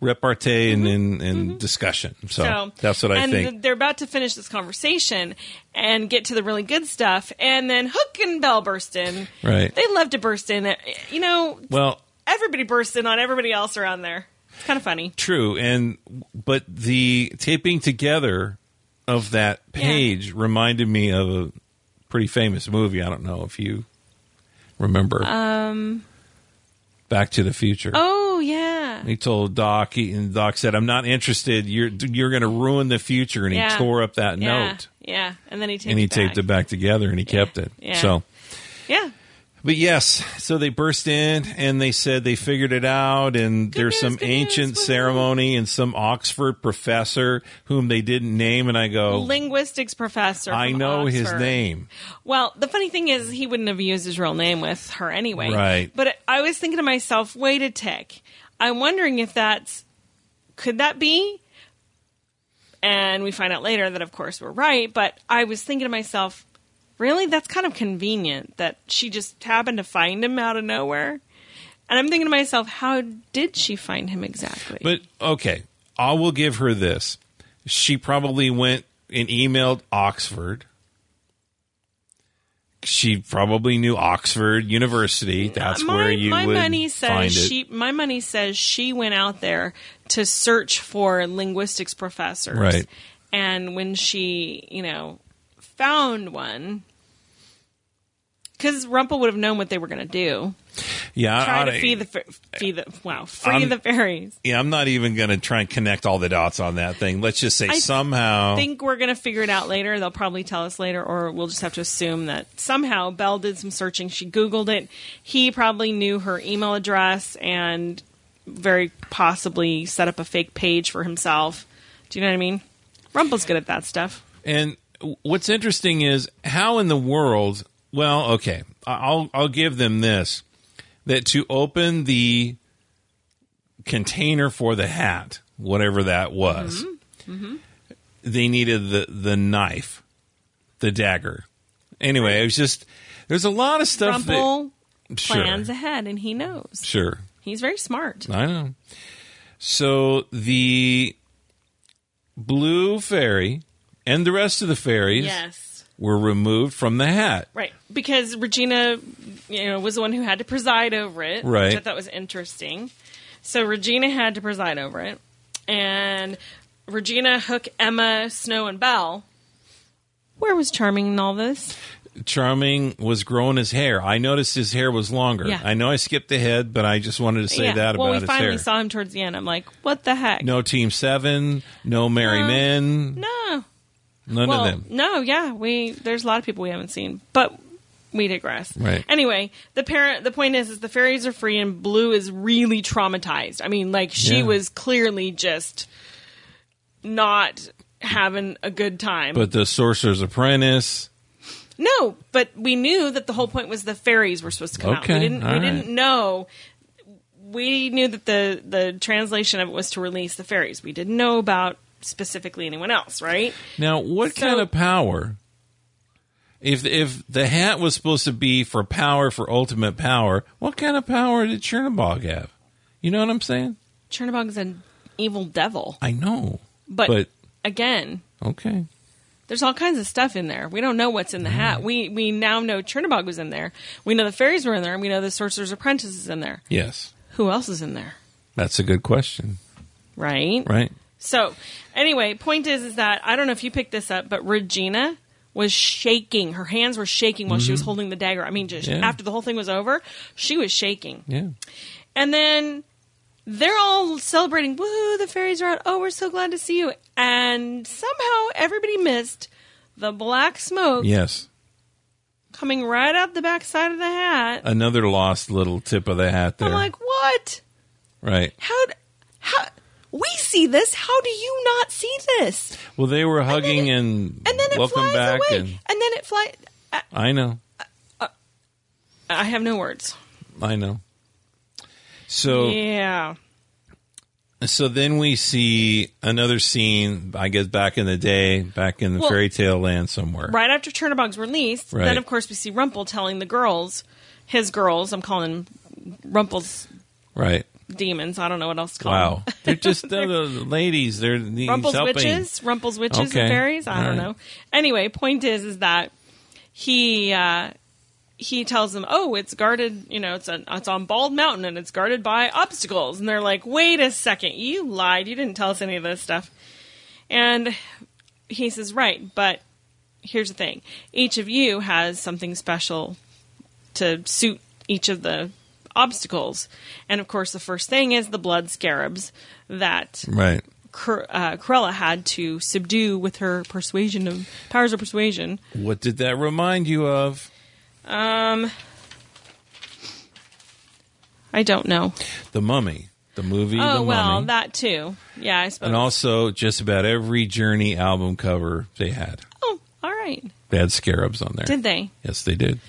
A: repartee and and, and discussion. So, that's what I
B: Mm-hmm. and
A: think.
B: th- they're about to finish this conversation and get to the really good stuff, and then hook and bell burst in.
A: Right.
B: They love to burst in. You know,
A: well,
B: everybody bursts in on everybody else around there. It's kind of funny.
A: True, and but the taping together of that page reminded me of a pretty famous movie. I don't know if you remember. Um, Back to the Future.
B: Oh yeah.
A: He told Doc, he, and Doc said, "I'm not interested. You're you're going to ruin the future." And
B: Yeah.
A: he tore up that
B: yeah.
A: note
B: Yeah. And then he taped
A: and he
B: it
A: taped it
B: back.
A: back together and he kept it.
B: Yeah.
A: So.
B: Yeah.
A: But yes, so they burst in and they said they figured it out, and there's
B: news,
A: some
B: good
A: ancient
B: news, woohoo.
A: ceremony and some Oxford professor whom they didn't name, and I go,
B: Linguistics professor.
A: I
B: from
A: know his
B: Oxford.
A: name.
B: Well, the funny thing is, he wouldn't have used his real name with her anyway.
A: Right.
B: But I was thinking to myself, wait a tick. I'm wondering if that's could that be? And we find out later that, of course, we're right. But I was thinking to myself, really, that's kind of convenient that she just happened to find him out of nowhere. And I'm thinking to myself, how did she find him exactly?
A: But okay, I will give her this. She probably went and emailed Oxford. She probably knew Oxford University. That's
B: my,
A: where you
B: my
A: would
B: money says
A: find it.
B: she my money says she went out there to search for linguistics professors
A: Right.
B: and when she you know found one because Rumpel would have known what they were going to do.
A: yeah,
B: Try
A: I- e-
B: to feed the fer- feed the wow free
A: I'm-
B: the fairies.
A: Yeah, I'm not even going to try and connect all the dots on that thing. Let's just say
B: I
A: somehow.
B: think we're going to figure it out later. They'll probably tell us later, or we'll just have to assume that somehow Belle did some searching. She Googled it. He probably knew her email address and very possibly set up a fake page for himself. Do you know what I mean? Rumpel's good at that stuff.
A: and what's interesting is how in the world. Well, okay, I- I'll I'll give them this that to open the container for the hat, whatever that was,
B: Mm-hmm.
A: they needed the the knife, the dagger. Anyway, it was just there's a lot of stuff.
B: Rumpel
A: that,
B: plans
A: sure,
B: ahead and he knows.
A: sure.
B: He's very smart.
A: I know. So the blue fairy and the rest of the fairies
B: Yes.
A: were removed from the hat.
B: Right, because Regina, you know, was the one who had to preside over it, which I
A: Right.
B: thought was interesting. So Regina had to preside over it, and Regina, Hook, Emma, Snow, and Belle. Where was Charming in all this?
A: Charming was growing his hair. I noticed his hair was longer.
B: Yeah.
A: I know I skipped ahead, but I just wanted to say that about
B: well, we
A: his
B: finally
A: hair.
B: saw him towards the end. I'm like, what the heck?
A: no Team Seven, no Merry
B: No.
A: Men,
B: Uh, no,
A: none
B: well,
A: of them.
B: No, yeah, we there's a lot of people we haven't seen, but we digress.
A: Right.
B: Anyway, the parent the point is is the fairies are free and Blue is really traumatized. I mean, like she
A: Yeah.
B: was clearly just not having a good time.
A: But the Sorcerer's Apprentice,
B: no, but we knew that the whole point was the fairies were supposed to come out.
A: Okay,
B: We didn't we
A: all right.
B: didn't know we knew that the the translation of it was to release the fairies. We didn't know about specifically anyone else, right?
A: Now, what
B: So-
A: kind of power? If if the hat was supposed to be for power, for ultimate power, what kind of power did Chernabog have? You know what I'm saying?
B: Chernabog's an evil devil.
A: I know,
B: But,
A: but
B: again,
A: okay,
B: there's all kinds of stuff in there. We don't know what's in the hat. We we now know Chernabog was in there. We know the fairies were in there, and we know the sorcerer's apprentice is in there.
A: yes,
B: Who else is in there?
A: that's a good question,
B: Right?
A: right?
B: So, anyway, point is is that I don't know if you picked this up, but Regina was shaking. Her hands were shaking while she was holding the dagger. I mean, just
A: Yeah.
B: after the whole thing was over, she was shaking.
A: Yeah,
B: And then they're all celebrating, woohoo, the fairies are out. Oh, we're so glad to see you. And somehow everybody missed the black smoke
A: yes.
B: coming right out the backside of the hat.
A: Another lost little tip of the hat there,
B: I'm like, what?
A: right?
B: How? d- How? We see this. How do you not see this?
A: Well, they were hugging and,
B: And then it
A: welcome
B: flies
A: back,
B: away.
A: and
B: and then it flies.
A: I know,
B: I have no words.
A: I know. So
B: Yeah.
A: So then we see another scene, I guess, back in the day, back in the
B: Well-
A: fairy tale land somewhere.
B: Right after Chernabog's released,
A: Right.
B: then of course we see Rumple telling the girls, his girls. I'm calling them Rumple's
A: Right.
B: demons. I don't know what else to call.
A: Wow.
B: them.
A: They're just they're the ladies. They're these
B: Rumple's
A: helping.
B: witches, Rumple's witches
A: Okay.
B: and fairies. I
A: All
B: don't
A: right.
B: know. Anyway, point is, is that he uh, he tells them, "Oh, it's guarded. You know, it's on it's on Bald Mountain and it's guarded by obstacles." And they're like, "Wait a second, you lied. You didn't tell us any of this stuff." And he says, "Right, but here's the thing: each of you has something special to suit each of the." Obstacles, and of course, the first thing is the blood scarabs that
A: Right.
B: Cr- uh, Corella had to subdue with her persuasion of powers of persuasion.
A: What did that remind you of?
B: Um, I don't know.
A: The Mummy, the movie.
B: oh
A: the
B: well,
A: Mummy.
B: that too. Yeah, I suppose.
A: and also just about every Journey album cover they had.
B: oh, all right.
A: They had scarabs on there.
B: Did they?
A: Yes, they did.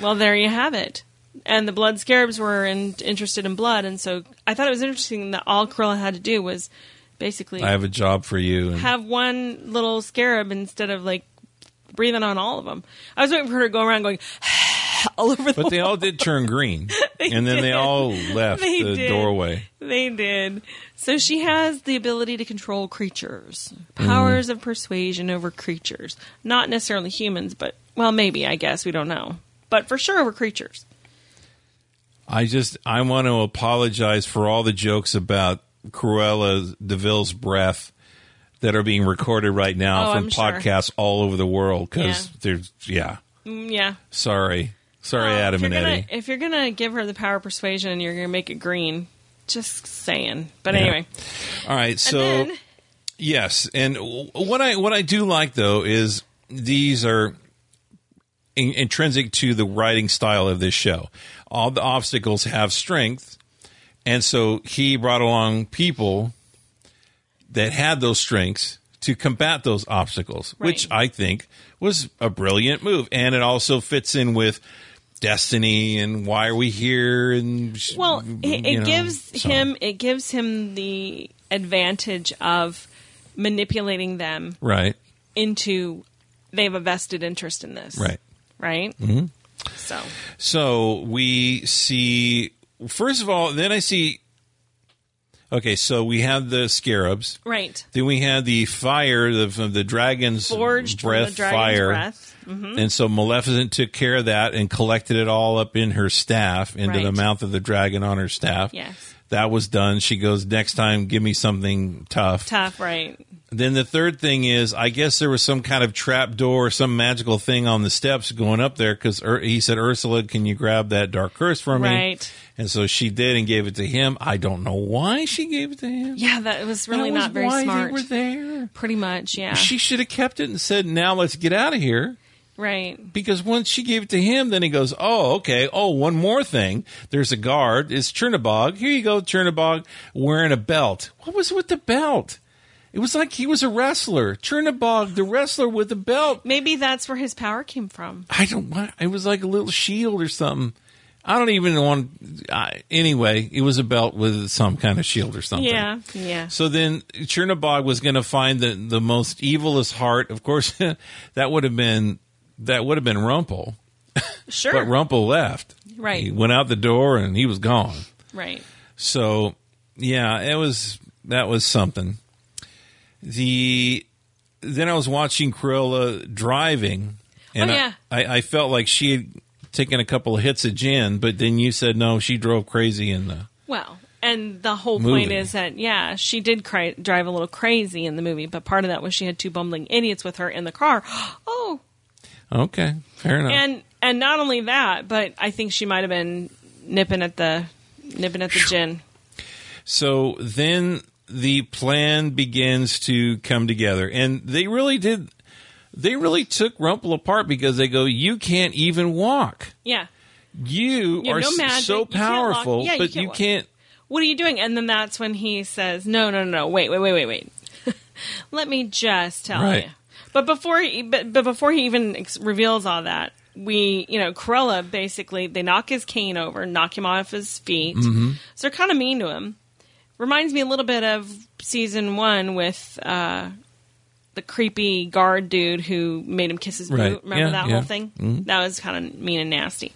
B: Well, there you have it. And the blood scarabs were in, interested in blood, and so I thought it was interesting that all Corella had to do was basically
A: I have a job for you. And
B: have one little scarab instead of like breathing on all of them. I was waiting for her to go around going all over the.
A: but they all did turn green, and then they
B: did.
A: all left
B: They
A: the
B: did.
A: doorway.
B: They did. So she has the ability to control creatures, powers of persuasion over creatures. Not necessarily humans, but, well, maybe, I guess. We don't know. But for sure over creatures.
A: I just I want to apologize for all the jokes about Cruella Deville's breath that are being recorded right now
B: Oh,
A: from
B: I'm sure.
A: podcasts all over the world because
B: Yeah.
A: there's yeah.
B: Mm, yeah.
A: Sorry, sorry,
B: Well,
A: Adam
B: if
A: and
B: you're
A: Eddie.
B: gonna- If you're going to give her the power of persuasion and you're going to make it green, just saying. But
A: Yeah.
B: anyway.
A: All right, so
B: and then,
A: yes, and w- what I what I do like though is these are in, intrinsic to the writing style of this show. All the obstacles have strength, and so he brought along people that had those strengths to combat those obstacles, which I think was a brilliant move, and it also fits in with destiny and why are we here and sh-
B: well, it,
A: you
B: it
A: know,
B: gives
A: so.
B: him it gives him the advantage of manipulating them
A: right
B: into they have a vested interest in this.
A: right
B: Right? Mm-hmm. So
A: So we see first of all, then I see Okay, so we have the scarabs.
B: Right.
A: Then we had the fire the from the dragon's
B: Forged from
A: breath
B: the dragon's
A: fire.
B: breath. Mm-hmm.
A: And so Maleficent took care of that and collected it all up in her staff, into the
B: Right.
A: mouth of the dragon on her staff.
B: Yes.
A: That was done. She goes, next time, give me something tough.
B: Tough, right.
A: Then the third thing is, I guess there was some kind of trap door, or some magical thing on the steps going up there because Ur- he said, Ursula, can you grab that dark curse for me?
B: Right.
A: And so she did and gave it to him. I don't know why she gave it to him.
B: Yeah, that was really
A: That was
B: not very
A: why
B: smart.
A: They were there.
B: Pretty much, yeah.
A: She should have kept it and said, now let's get out of here.
B: right.
A: Because once she gave it to him, then he goes, Oh, okay. Oh, one more thing. There's a guard. It's Chernabog. Here you go, Chernabog, wearing a belt. What was with the belt? It was like he was a wrestler. Chernabog, the wrestler with the belt.
B: Maybe that's where his power came from.
A: I don't want, it was like a little shield or something. I don't even want. I anyway, it was a belt with some kind of shield or something.
B: Yeah, yeah.
A: So then Chernobog was going to find the the most evilest heart. Of course, that would have been that would have been Rumple,
B: Sure.
A: but Rumple left.
B: Right.
A: He went out the door and he was gone.
B: right.
A: So yeah, it was that was something. The then I was watching Cruella driving, and
B: Oh,
A: I-
B: yeah.
A: I, I felt like she had taken a couple of hits of gin, but then you said no, she drove crazy in the
B: Well, and the whole point
A: Movie.
B: is that yeah, she did cry, drive a little crazy in the movie, but part of that was she had two bumbling idiots with her in the car. Oh,
A: okay, fair enough.
B: and and not only that, but I think she might have been nipping at the nipping at the gin.
A: So then the plan begins to come together, and they really did. They really took Rumple apart because they go, "You can't even walk.
B: Yeah.
A: You
B: Yeah,
A: are
B: no
A: s-
B: magic.
A: so
B: You can't walk.
A: powerful,
B: Yeah, you
A: but
B: can't
A: you
B: walk."
A: can't."
B: What are you doing? And then that's when he says, "No, no, no, no. Wait, wait, wait, wait, wait. Let me just tell
A: Right.
B: you." But before, he, but, but before he even ex- reveals all that, we, you know, Corella basically they knock his cane over, knock him off his feet. So they're kind of mean to him. Reminds me a little bit of season one with uh, the creepy guard dude who made him kiss his
A: Right.
B: boot. Remember
A: Yeah,
B: that
A: yeah. Mm-hmm.
B: whole thing? That was kind of mean and nasty.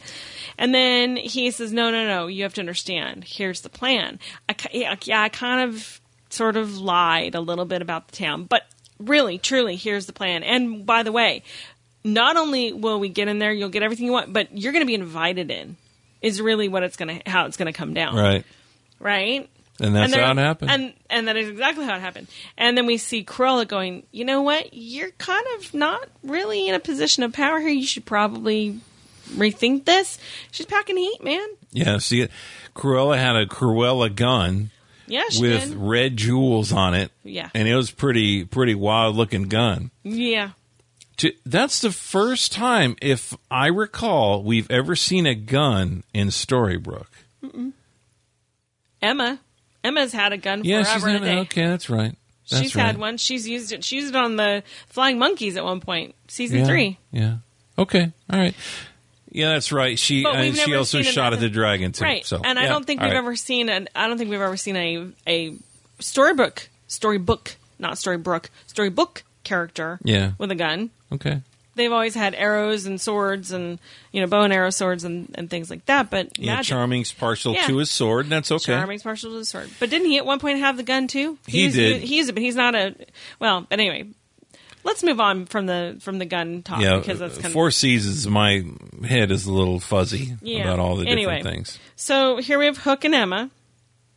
B: And then he says, "No, no, no. You have to understand. Here's the plan. I, ki- yeah, yeah, I kind of, sort of lied a little bit about the town, but really, truly, here's the plan. And by the way, not only will we get in there, you'll get everything you want, but you're going to be invited in. Is really what it's going to how it's going to come down,
A: Right,
B: right?
A: and that's
B: they're-
A: how it happened.
B: And and that is exactly how it happened. And then we see Corolla going, you know what? You're kind of not really in a position of power here. You should probably rethink this. She's packing heat, man.
A: yeah, see, Cruella had a Cruella gun
B: Yeah, she
A: with
B: did.
A: red jewels on it.
B: Yeah.
A: and it was pretty, pretty wild looking gun.
B: Yeah.
A: To, that's the first time, if I recall, we've ever seen a gun in Storybrooke.
B: Emma. Emma's had a gun
A: Yeah,
B: forever
A: she's
B: and
A: in
B: a
A: it.
B: day.
A: okay. That's right. That's
B: she's
A: right.
B: had one. She's used it. She used it on the Flying Monkeys at one point, season
A: yeah.
B: three.
A: Yeah. Okay. All right. Yeah, that's right. She
B: But
A: I mean,
B: we've
A: she
B: never
A: also
B: seen it
A: shot
B: as
A: at the
B: a-
A: dragon too.
B: Right.
A: So
B: and I
A: yeah,
B: don't think
A: all
B: we've
A: right.
B: ever seen an I don't think we've ever seen a a storybook storybook, not storybook, storybook character
A: Yeah.
B: with a gun.
A: Okay.
B: They've always had arrows and swords and you know, bow and arrow swords and, and things like that, but
A: Yeah,
B: magic.
A: Charming's partial
B: Yeah.
A: to his sword, and that's okay.
B: Charming's partial to the sword. But didn't he at one point have the gun too?
A: He
B: used-
A: did.
B: He used it, but he's not a well, but anyway. Let's move on from the from the gun talk
A: Yeah,
B: uh, because that's kind of
A: four seasons. My head is a little fuzzy
B: Yeah.
A: about all the
B: Anyway.
A: different things.
B: So here we have Hook and Emma,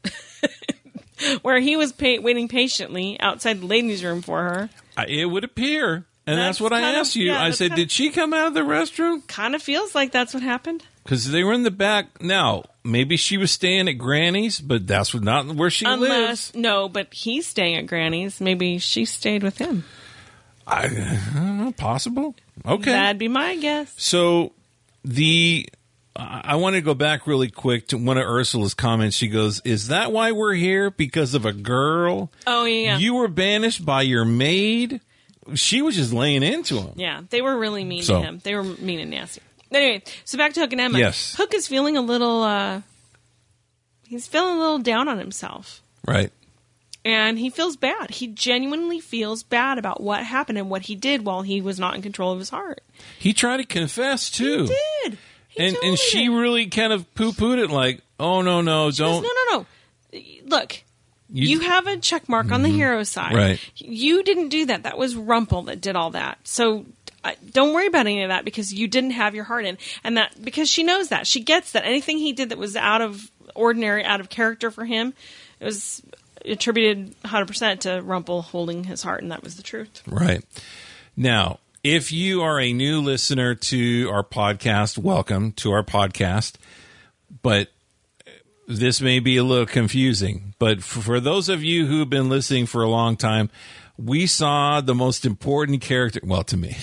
B: where he was pa- waiting patiently outside the ladies' room for her.
A: I, it would appear, and that's,
B: That's
A: what I
B: kind of-
A: asked you.
B: yeah,
A: I
B: that's
A: said,
B: kind of-
A: "Did she come out of the restroom?"
B: Kind of feels like that's what happened.
A: Because they were in the back. Now, maybe she was staying at Granny's, but that's not where she lives.
B: Unless no, but he's staying at Granny's. Maybe she stayed with him.
A: I, I don't know. Possible. Okay.
B: That'd be my guess.
A: so the I I want to go back really quick to one of Ursula's comments. She goes, "Is that why we're here? Because of a girl?
B: Oh yeah,
A: You were banished by your maid. She was just laying into him.
B: yeah. They were really mean
A: So.
B: to him. They were mean and nasty. Anyway, so back to Hook and Emma.
A: Yes.
B: Hook is feeling a little. uh He's feeling a little down on himself.
A: Right?
B: and he feels bad. He genuinely feels bad about what happened and what he did while he was not in control of his heart.
A: He tried to confess too,
B: Did He
A: and
B: totally
A: and she
B: did.
A: really kind of poo pooed it, like, "Oh no, no,
B: Because,
A: don't."
B: no no no. Look,
A: you- Mm-hmm.
B: you, have a check mark on the hero side.
A: Right.
B: You didn't do that. That was Rumple that did all that. So. I, don't worry about any of that because you didn't have your heart in, and that because she knows that she gets that anything he did that was out of ordinary, out of character for him, it was attributed 100 percent to Rumple holding his heart, and that was the truth.
A: Right. Now, if you are a new listener to our podcast, welcome to our podcast. But this may be a little confusing. But f- for those of you who've been listening for a long time, we saw the most important character, well, to me,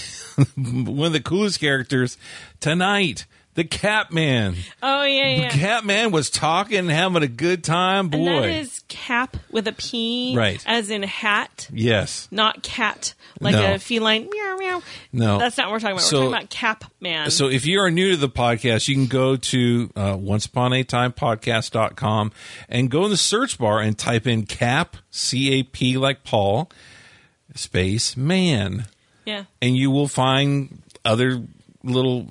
A: one of the coolest characters tonight. The Catman.
B: Oh yeah, yeah.
A: Catman was talking, having a good time. Boy.
B: and that is cap with a P,
A: Right.
B: As in hat,
A: yes.
B: not cat, like
A: No.
B: a feline. Meow meow.
A: No.
B: that's not what we're talking about.
A: So-
B: we're talking about cap man.
A: So if you are new to the podcast, you can go to uh, onceuponatimepodcast.com and go in the search bar and type in cap, C-A-P like Paul, space man.
B: yeah.
A: And you will find other little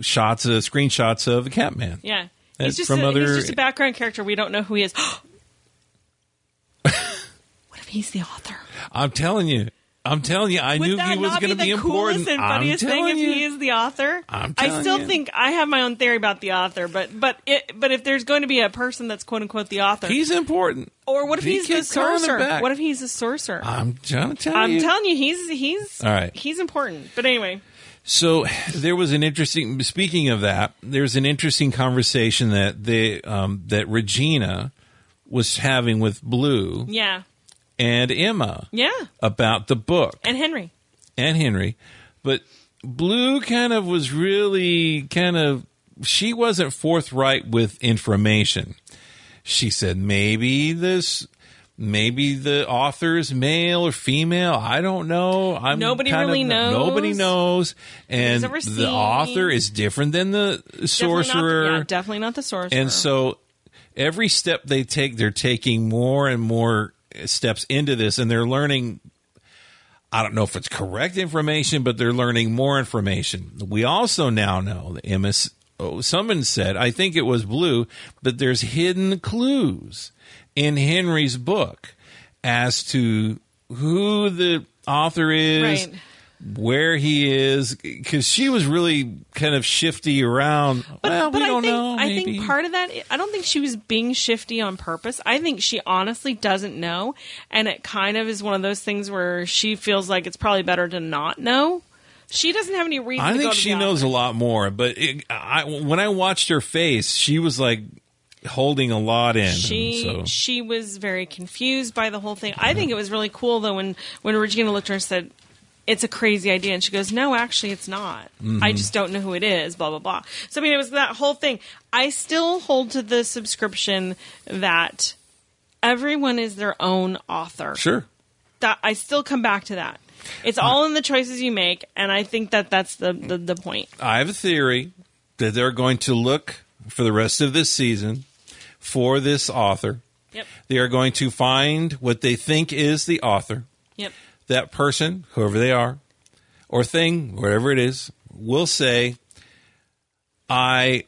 A: shots, uh, screenshots of a cat man.
B: Yeah.
A: Uh,
B: He's just,
A: from
B: a,
A: other-
B: he's just a background character. We don't know who he is. what if he's the author?
A: I'm telling you. I'm telling you. I
B: Would
A: knew
B: that
A: he was
B: not
A: going to
B: the
A: be important.
B: coolest and
A: I'm
B: funniest thing
A: telling
B: if
A: you.
B: he is the author?
A: I'm
B: I
A: telling
B: still
A: you.
B: think I have my own theory about the author, but but it, but if there's going to be a person that's quote unquote the author,
A: He's important.
B: or what if
A: He
B: he's the
A: kept calling it
B: sorcerer?
A: back.
B: What if he's a sorcerer?
A: I'm trying to tell
B: I'm
A: you.
B: telling you, he's he's
A: All right.
B: he's important. But anyway,
A: So there was an interesting. Speaking of that, there's an interesting conversation that they um, that Regina was having with Blue
B: yeah,
A: and Emma
B: yeah,
A: about the book
B: and Henry,
A: and Henry, but Blue kind of was really kind of she wasn't forthright with information. She said maybe this. Maybe the author is male or female. I don't know. I'm
B: Nobody
A: kind
B: really
A: of,
B: knows.
A: Nobody knows. And
B: a receipt.
A: the author is different than the sorcerer.
B: Definitely not, yeah, definitely not the sorcerer.
A: And so every step they take, they're taking more and more steps into this, and they're learning. I don't know if it's correct information, but they're learning more information. We also now know that MS, oh, someone said, I think it was Blue, but there's hidden clues in Henry's book as to who the author is,
B: Right.
A: where he is, because she was really kind of shifty around. well, we don't
B: I think,
A: know.
B: I
A: maybe.
B: think part of that, I don't think she was being shifty on purpose. I think she honestly doesn't know. And it kind of is one of those things where she feels like it's probably better to not know. She doesn't have any reason
A: I
B: to go
A: think
B: to
A: she
B: the
A: knows a lot more, but it, I, when I watched her face, she was like holding a lot in. and
B: she
A: so-
B: she was very confused by the whole thing. I think it was really cool though when when Regina looked at her and said, "It's a crazy idea," and she goes, "No, actually, it's not.
A: Mm-hmm.
B: I just don't know who it is." Blah blah blah. So I mean, it was that whole thing. I still hold to the subscription that everyone is their own author.
A: sure.
B: That I still come back to that. It's all in the choices you make, and I think that that's the the, the point.
A: I have a theory that they're going to look for the rest of this season for this author.
B: Yep.
A: They are going to find what they think is the author.
B: Yep.
A: that person, whoever they are, or thing, whatever it is, will say, "I,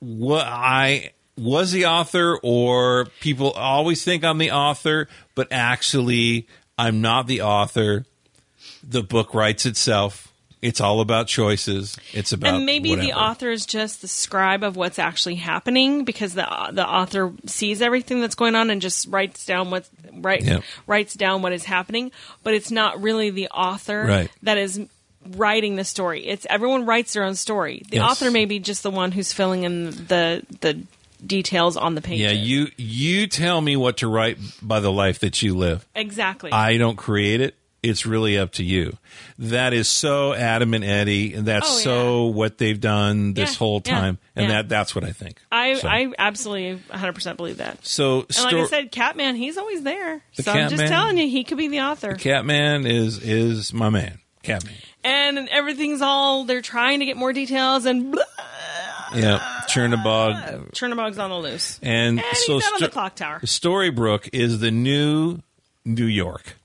A: wa I was the author," or people always think I'm the author, but actually I'm not the author. The book writes itself. It's all about choices. It's about
B: and maybe the
A: whatever.
B: author is just the scribe of what's actually happening because the the author sees everything that's going on and just writes down what right
A: Yeah.
B: writes down what is happening but it's not really the author
A: Right.
B: that is writing the story it's everyone writes their own story the
A: Yes.
B: author may be just the one who's filling in the the details on the page
A: Yeah, you you tell me what to write by the life that you live.
B: exactly
A: I don't create it. It's really up to you. That is so Adam and Eddie, and that's
B: Oh, yeah.
A: so what they've done this
B: Yeah,
A: whole
B: yeah,
A: time, and
B: yeah.
A: that that's what I think.
B: I,
A: so,
B: I absolutely 100% believe that
A: so
B: and like I
A: stor-
B: said, Catman, he's always there.
A: The
B: So I'm just
A: Catman-
B: telling you, he could be the author.
A: Catman is is my man. Catman,
B: and everything's all they're trying to get more details and blah,
A: yeah, Chernabog,
B: Chernobog's on the loose.
A: and,
B: And
A: so
B: he's Ah, out on
A: sto-
B: the clock tower.
A: Storybrooke is the new New York.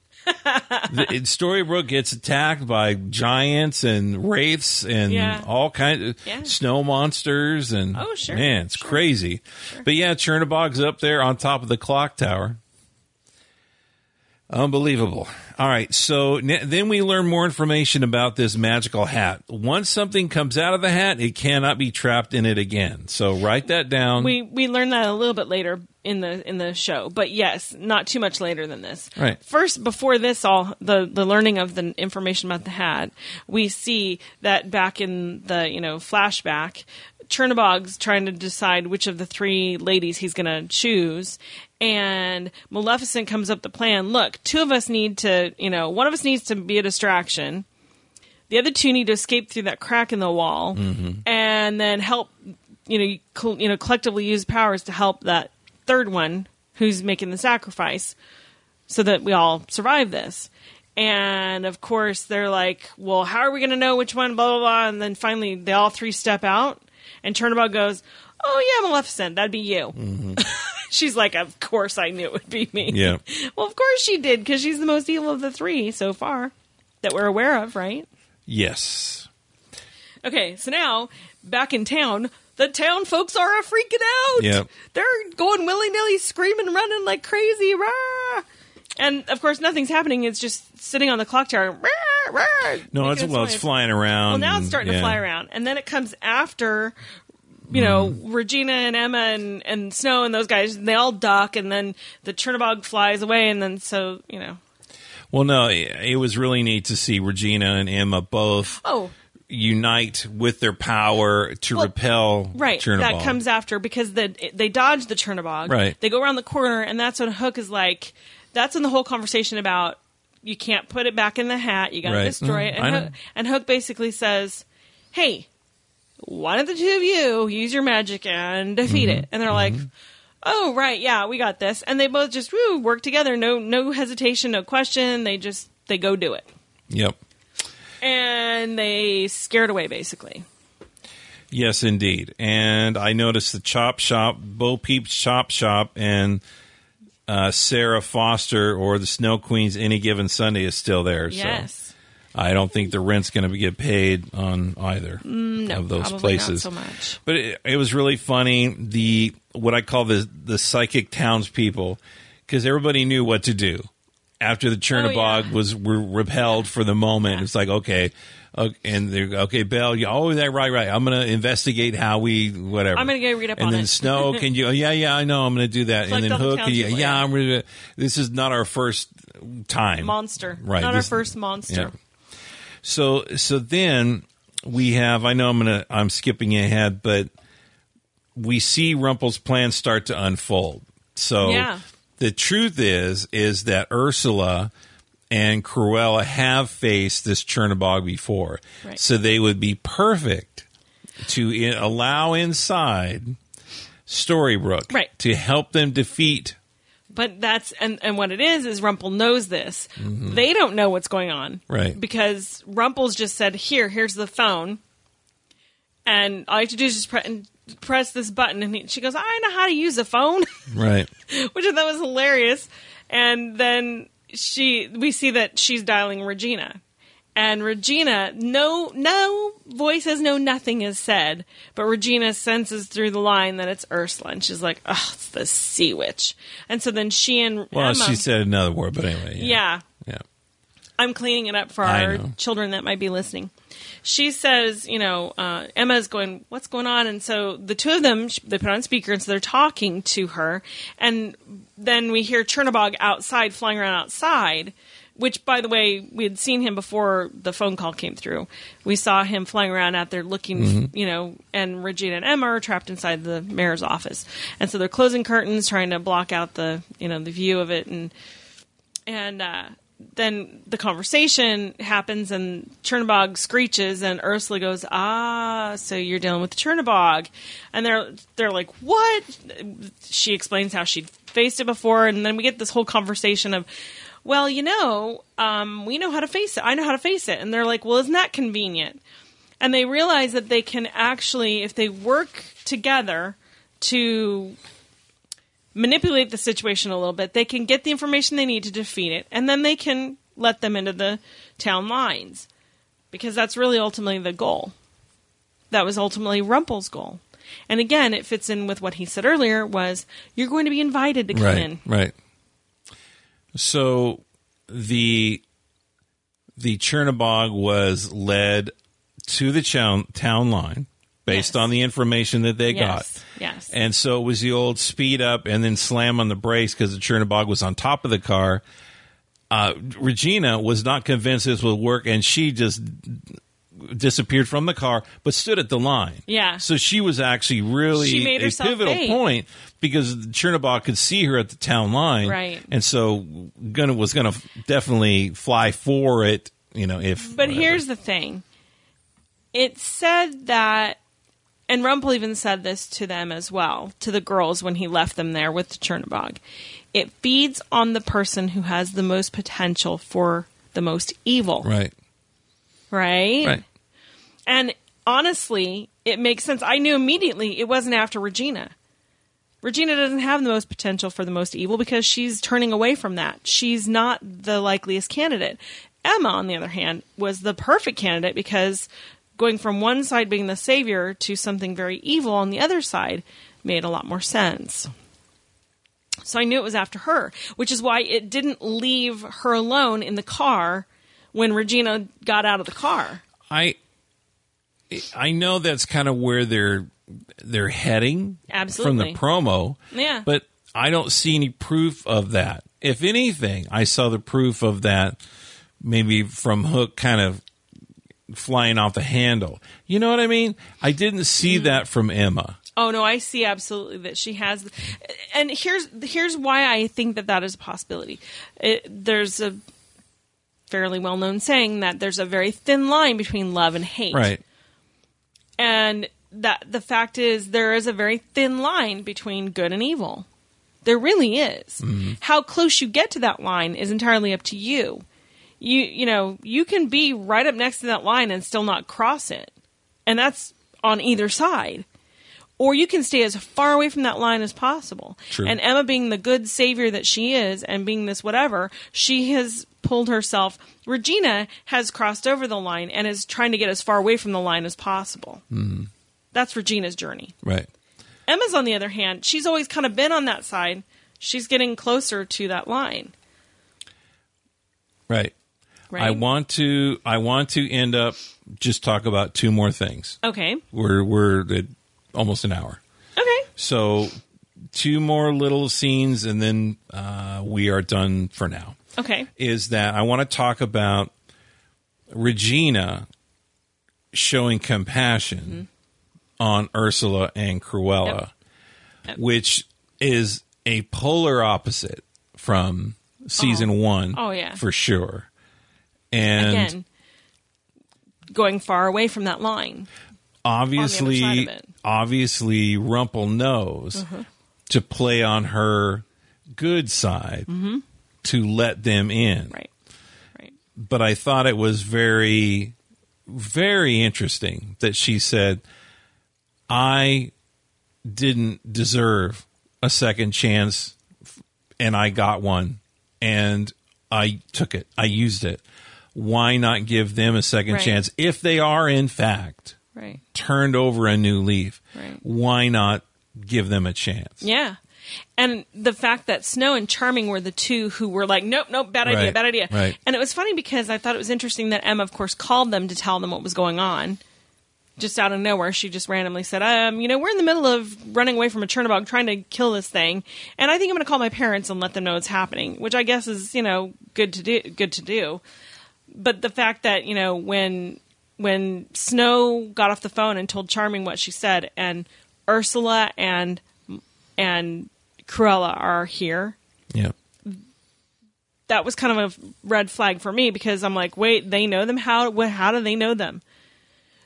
A: the, it- Storybrooke gets attacked by giants and wraiths and
B: Yeah.
A: all kinds of
B: Yeah.
A: snow monsters and
B: Oh, sure,
A: man, it's crazy. But yeah, Chernobog's up there on top of the clock tower. Unbelievable. All right, so n- then we learn more information about this magical hat. Once something comes out of the hat, it cannot be trapped in it again. So write that down.
B: We we learned that a little bit later in the in the show, but yes, not too much later than this.
A: Right.
B: First, before this, all the the learning of the information about the hat, we see that back in the you know flashback, Chernobog's trying to decide which of the three ladies he's going to choose. And Maleficent comes up the plan. Look, two of us need to, you know, one of us needs to be a distraction. The other two need to escape through that crack in the wall, and and then help you know col- you know collectively use powers to help that third one who's making the sacrifice so that we all survive this. And of course, they're like, well, how are we going to know which one, blah, blah, blah. And then finally, they all three step out, and Turnabout goes, oh, yeah, Maleficent, that'd be you. she's like, of course I knew it would be me.
A: Yeah.
B: Well, of course she did, because she's the most evil of the three so far that we're aware of, right?
A: Yes.
B: Okay, so now back in town, the town folks are a freaking out.
A: Yep.
B: They're going willy nilly, screaming, running like crazy. Rah! And of course, nothing's happening. It's just sitting on the clock tower. Rah, rah,
A: No,
B: making
A: it's well, it's
B: noise.
A: flying around.
B: Well, now
A: and-
B: it's starting
A: yeah.
B: to fly around, and then it comes after. You know,
A: Mm-hmm.
B: Regina and Emma and, and Snow and those guys, they all duck, and then the Chernobog flies away, and then so, you know.
A: Well, no, it, it was really neat to see Regina and Emma both
B: Oh,
A: unite with their power to
B: Well,
A: repel
B: Right,
A: Chernobog.
B: that comes after because the they dodge the Chernobog.
A: Right.
B: they go around the corner, and that's when Hook is like, that's when the whole conversation about you can't put it back in the hat, you got to
A: Right.
B: destroy it.
A: Mm, I
B: And
A: know.
B: Hook, and Hook basically says, "Hey, why don't the two of you use your magic and defeat
A: Mm-hmm.
B: it?" And they're like. Oh right, yeah, we got this, and they both just woo, work together. No, no hesitation, no question. They just they go do it,
A: Yep.
B: and they scared away basically.
A: Yes, indeed. And I noticed the Chop Shop, Bo Peep's Chop Shop, and uh, Sarah Foster or the Snow Queen's Any Given Sunday is still there.
B: Yes.
A: So I don't think the rent's going to get paid on either
B: Mm, No,
A: of those
B: probably
A: places.
B: Not so much.
A: But it, it was really funny. The what I call the the psychic townspeople, because everybody knew what to do after the Chernobog
B: Oh, yeah.
A: was were repelled for the moment. It's like okay, uh, and they're okay, Bell. You, oh, that right, right. I'm gonna investigate how we whatever.
B: I'm gonna go read up
A: and
B: on
A: then
B: it.
A: Snow, can you? Oh, yeah, yeah. I know. I'm gonna do that.
B: like
A: and then
B: double
A: Hook, can you-
B: townspeople,
A: yeah,
B: yeah.
A: I'm gonna. This is not our first time.
B: monster.
A: Right,
B: Not
A: this-
B: our first monster.
A: Yeah. So so then we have I know I'm gonna I'm skipping ahead, but we see Rumpel's plan start to unfold. So
B: Yeah.
A: the truth is is that Ursula and Cruella have faced this Chernobog before.
B: Right.
A: So they would be perfect to in, allow inside Storybrooke
B: Right.
A: to help them defeat
B: But that's and, and what it is is Rumpel knows this. They don't know what's going on.
A: Mm-hmm. Right.
B: Because Rumpel's just said, Here, here's the phone. And all you have to do is just pre- and press this button and he, she goes, I know how to use a phone
A: right
B: which I thought was hilarious. And then she, we see that she's dialing Regina, and Regina, no, no voices, no nothing is said, but Regina senses through the line that it's Ursula, and she's like, "Oh, it's the sea witch." And so then she and
A: well
B: Emma,
A: she said another word but anyway
B: yeah,
A: yeah.
B: I'm cleaning it up for
A: I
B: our
A: know.
B: children that might be listening. She says, you know, uh, Emma's going, what's going on? And so the two of them, sh- they put on speaker, and so they're talking to her. And then we hear Chernobog outside, flying around outside, which, by the way, we had seen him before the phone call came through. We saw him flying around out there looking,
A: Mm-hmm.
B: you know, and Regina and Emma are trapped inside the mayor's office. And so they're closing curtains, trying to block out the, you know, the view of it. And and uh, then the conversation happens, and Chernobog screeches, and Ursula goes, "Ah, so you're dealing with the Chernobog," and they're they're like, "What?" She explains how she'd faced it before, and then we get this whole conversation of. Well, you know, um, we know how to face it. I know how to face it. And they're like, well, isn't that convenient? and they realize that they can actually, if they work together to manipulate the situation a little bit, they can get the information they need to defeat it, and then they can let them into the town lines because that's really ultimately the goal. That was ultimately Rumpel's goal. And again, it fits in with what he said earlier was you're going to be invited to come
A: right,
B: in.
A: Right. So the the Chernobog was led to the town, town line based
B: Yes.
A: on the information that they
B: Yes.
A: got.
B: Yes.
A: And so it was the old speed up and then slam on the brakes because the Chernobog was on top of the car. Uh, Regina was not convinced this would work, and she just disappeared from the car, but stood at the line.
B: Yeah.
A: So she was actually really
B: She made
A: a
B: herself
A: pivotal
B: faint.
A: point because Chernobog could see her at the town line,
B: Right.
A: And so gonna was gonna definitely fly for it, you know. If
B: But
A: whatever.
B: here's the thing. It said that And Rumpel even said this to them as well, to the girls when he left them there with the Chernabog. It feeds on the person who has the most potential for the most evil,
A: Right.
B: right?
A: Right.
B: And honestly, it makes sense. I knew immediately it wasn't after Regina. Regina doesn't have the most potential for the most evil because she's turning away from that. She's not the likeliest candidate. Emma, on the other hand, was the perfect candidate because going from one side being the savior to something very evil on the other side made a lot more sense. So I knew it was after her, which is why it didn't leave her alone in the car when Regina got out of the car.
A: I I know that's kind of where they're they're heading from
B: Absolutely.
A: the promo.
B: Yeah.
A: But I don't see any proof of that. If anything, I saw the proof of that maybe from Hook kind of flying off the handle. You know what I mean? I didn't see
B: Mm-hmm.
A: that from Emma.
B: Oh no, I see absolutely that she has, and here's here's why I think that that is a possibility. It, there's a fairly well known saying that there's a very thin line between love and hate,
A: Right.
B: And that the fact is there is a very thin line between good and evil. There really is. How close you get to that line is entirely up to you. You you know you can be right up next to that line and still not cross it, and that's on either side or you can stay as far away from that line as possible.
A: True.
B: And Emma, being the good savior that she is, and being this whatever, she has pulled herself. Regina has crossed over the line and is trying to get as far away from the line as possible. That's Regina's journey.
A: Right.
B: Emma's, on the other hand, she's always kind of been on that side. She's getting closer to that line,
A: Right.
B: right?
A: I want to I want to end up just talk about two more things.
B: Okay.
A: We're we're at almost an hour.
B: Okay.
A: So, two more little scenes, and then uh, we are done for now.
B: Okay.
A: Is that I want to talk about Regina showing compassion
B: Mm-hmm.
A: on Ursula and Cruella, which is a polar opposite from season one.
B: Oh, yeah.
A: for sure. And
B: Again, going far away from that line.
A: obviously,
B: side of it.
A: obviously, Rumpel knows to play on her good side to let them in.
B: Right. Right.
A: But I thought it was very, very interesting that she said, "I didn't deserve a second chance, f- and I got one, and I took it. I used it." Why not give them a second
B: Right.
A: chance if they are, in fact,
B: Right.
A: turned over a new leaf.
B: Right.
A: Why not give them a chance?
B: Yeah. And the fact that Snow and Charming were the two who were like, nope, nope, bad idea,
A: Right,
B: bad idea.
A: right.
B: And it was funny because I thought it was interesting that Emma, of course, called them to tell them what was going on. Just out of nowhere, she just randomly said, um, you know, we're in the middle of running away from a Chernobog trying to kill this thing. And I think I'm going to call my parents and let them know it's happening, which I guess is, you know, good to do, good to do. But the fact that, you know, when when Snow got off the phone and told Charming what she said, and Ursula and and Cruella are here.
A: Yeah.
B: That was kind of a red flag for me because I'm like, wait, they know them. How? wh- How do they know them?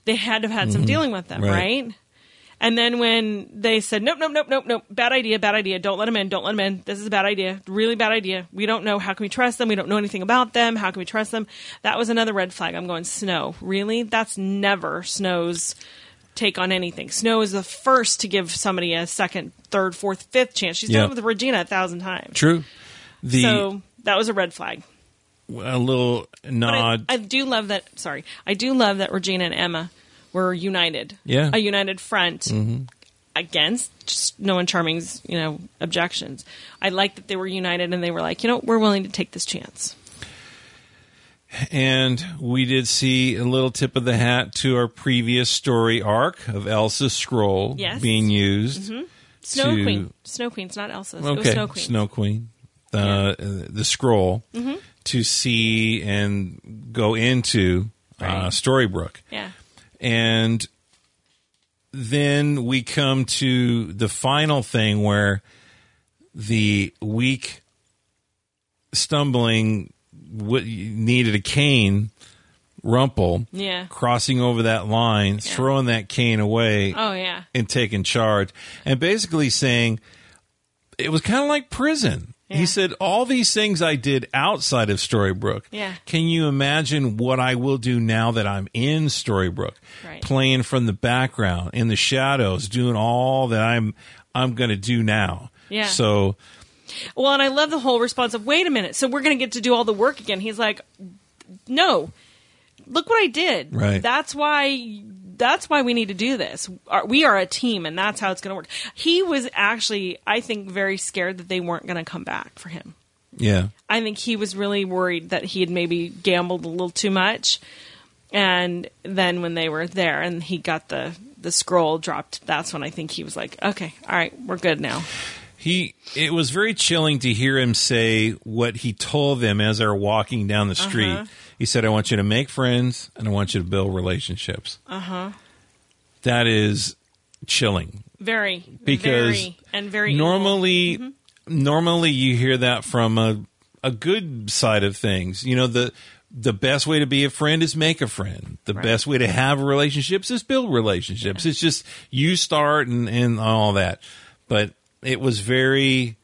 B: They had to have had some dealing with them,
A: Mm-hmm. Right.
B: right? And then when they said, nope, nope, nope, nope, nope, bad idea, bad idea. Don't let them in. Don't let them in. This is a bad idea. Really bad idea. We don't know. How can we trust them? We don't know anything about them. How can we trust them? That was another red flag. I'm going, Snow. Really? That's never Snow's take on anything. Snow is the first to give somebody a second, third, fourth, fifth chance. She's
A: Yeah.
B: done it with Regina a thousand times.
A: True. The
B: So that was a red flag.
A: a little
B: But I-
A: nod.
B: I, do love that. Sorry, I do love that Regina and Emma were united.
A: Yeah. Mm-hmm.
B: a united front against just no one charming's you know objections. I like that they were united and they were like, you know, we're willing to take this chance.
A: and we did see a little tip of the hat to our previous story arc of Elsa's scroll
B: Yes.
A: being used.
B: Snow
A: To-
B: Queen, Snow Queen's not Elsa's. It was
A: Okay.
B: Snow Queen. Mm-hmm.
A: Queen. The, uh, the scroll to see and go into uh,
B: Right.
A: Storybrooke.
B: yeah,
A: And then we come to the final thing where the weak stumbling w- needed a cane Rumple
B: Yeah.
A: crossing over that line, throwing that cane away,
B: Oh yeah.
A: and taking charge and basically saying it was kind of like prison.
B: Yeah.
A: He said, All these things I did outside of Storybrooke.
B: Yeah.
A: Can you imagine what I will do now that I'm in Storybrooke?
B: Right.
A: Playing from the background, in the shadows, doing all that I'm I'm gonna do now.
B: Yeah.
A: So
B: Well, and I love the whole response of, wait a minute, so we're going to get to do all the work again. He's like, no, look what I did.
A: Right.
B: That's why. That's why we need to do this. Our- We are a team, and that's how it's going to work. He was actually, I think, very scared that they weren't going to come back for him.
A: yeah.
B: I think he was really worried that he had maybe gambled a little too much. And then when they were there and he got the, the scroll dropped, that's when I think he was like, okay, all right, we're good now.
A: He it was very chilling to hear him say what he told them as they're walking down the street. He said, I want you to make friends and I want you to build relationships. Uh huh. That is chilling.
B: Very,
A: Because
B: very, and very evil.
A: normally normally you hear that from a a good side of things. You know, the the best way to be a friend is make a friend. The best way to have relationships is build relationships. It's just you start and, and all that. But it was very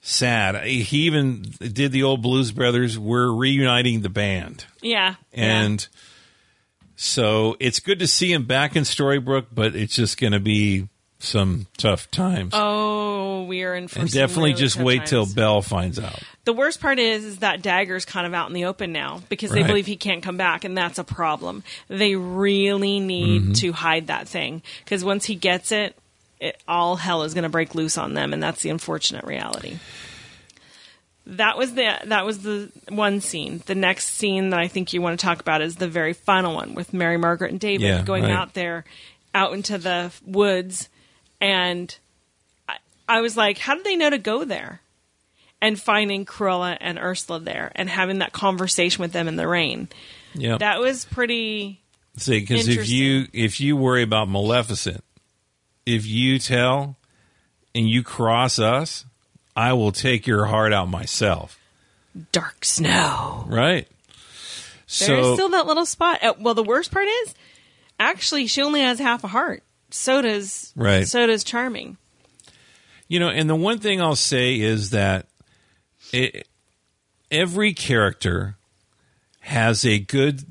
A: sad. He even did the old Blues Brothers. We're reuniting the band.
B: Yeah.
A: And so it's good to see him back in Storybrooke, but it's just going to be some tough times.
B: yeah. oh, we are in for
A: and
B: some
A: definitely
B: really
A: just
B: tough
A: wait
B: times.
A: till Bell finds out.
B: the worst part is, is that Dagger's kind of out in the open now because they
A: Right.
B: believe he can't come back, and that's a problem. They really need
A: Mm-hmm.
B: to hide that thing because once he gets it, it, all hell is going to break loose on them, and that's the unfortunate reality. That was the that was the one scene. The next scene that I think you want to talk about is the very final one with Mary Margaret and David
A: Yeah,
B: going
A: right.
B: out there, out into the woods, and I, I was like, how did they know to go there? And finding Cruella and Ursula there, and having that conversation with them in the rain.
A: Yeah.
B: That was pretty.
A: See, because if
B: Interesting.
A: you if you worry about Maleficent, if you tell and you cross us, I will take your heart out myself.
B: dark snow.
A: Right.
B: There's
A: so
B: still that little spot. Uh, well, the worst part is, actually, she only has half a heart. So does
A: Right.
B: So does Charming.
A: You know, and the one thing I'll say is that it, every character has a good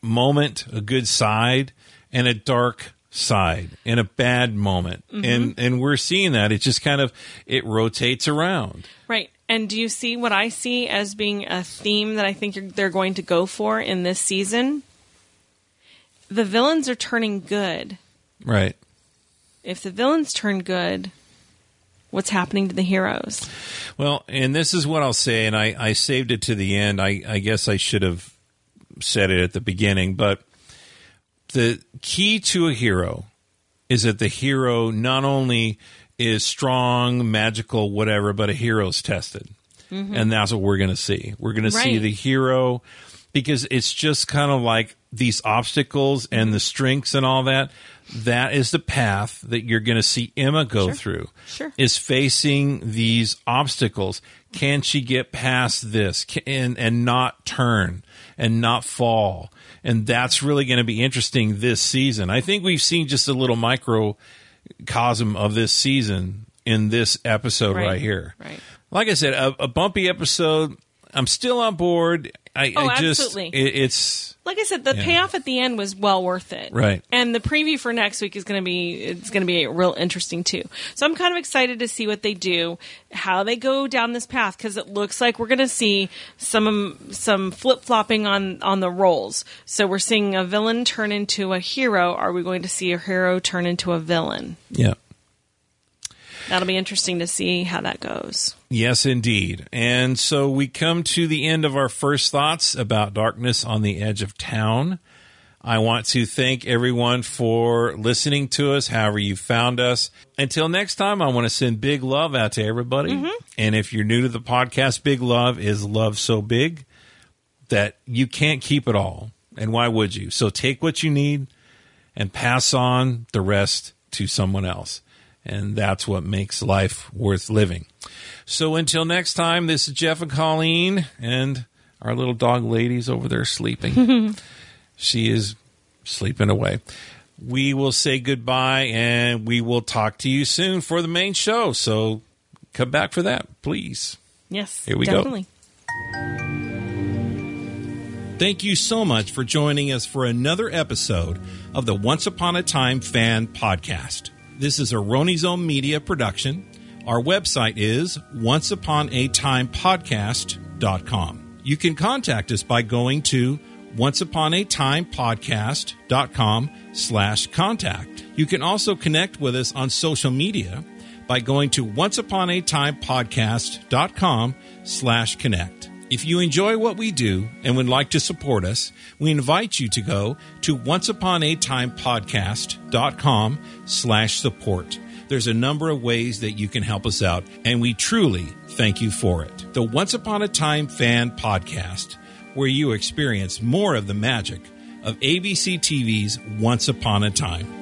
A: moment, a good side, and a dark side, and a bad moment, and and we're seeing that. It just kind of it rotates around.
B: Right. And do you see what I see as being a theme that I think you're, they're going to go for in this season? The villains are turning good.
A: Right.
B: If the villains turn good, what's happening to the heroes?
A: Well, and this is what I'll say, and I, I saved it to the end. I, I guess I should have said it at the beginning, but the key to a hero is that the hero not only is strong, magical, whatever, but a hero's tested. And that's what we're going to see. We're going to see
B: Right.
A: the hero because it's just kind of like these obstacles and the strengths and all that. That is the path that you're going to see Emma go through
B: Sure.
A: is facing these obstacles. Can she get past this Can, and and not turn and not fall? And that's really going to be interesting this season. I think we've seen just a little microcosm of this season in this episode right,
B: Right.
A: here.
B: Right.
A: Like I said, a, a bumpy episode. I'm still on board. I,
B: Oh,
A: I just
B: absolutely.
A: it- it's
B: Like I said, the
A: Yeah.
B: payoff at the end was well worth it.
A: Right.
B: And the preview for next week is going to be it's going to be real interesting too. So I'm kind of excited to see what they do, how they go down this path because it looks like we're going to see some some flip flopping on on the roles. So we're seeing a villain turn into a hero. Are we going to see a hero turn into a villain?
A: yeah.
B: That'll be interesting to see how that goes.
A: Yes, indeed. And so we come to the end of our first thoughts about darkness on the edge of town. I want to thank everyone for listening to us, however, you found us. Until next time, I want to send big love out to everybody. And if you're new to the podcast, big love is love so big that you can't keep it all. And why would you? So take what you need and pass on the rest to someone else. And that's what makes life worth living. So until next time, this is Jeff and Colleen, and Our little dog lady's over there sleeping. she is sleeping away. We will say goodbye and we will talk to you soon for the main show. So come back for that, please.
B: Yes.
A: Here we go.
B: definitely.
A: Thank you so much for joining us for another episode of the Once Upon a Time Fan Podcast. This is a Roni's Own Media production. Our website is onceuponatimepodcast.com. You can contact us by going to onceuponatimepodcast.com slash contact. You can also connect with us on social media by going to onceuponatimepodcast.com slash connect. If you enjoy what we do and would like to support us, we invite you to go to onceuponatimepodcast.com slash support. There's a number of ways that you can help us out, and we truly thank you for it. The Once Upon a Time Fan Podcast, where you experience more of the magic of ABC TV's Once Upon a Time.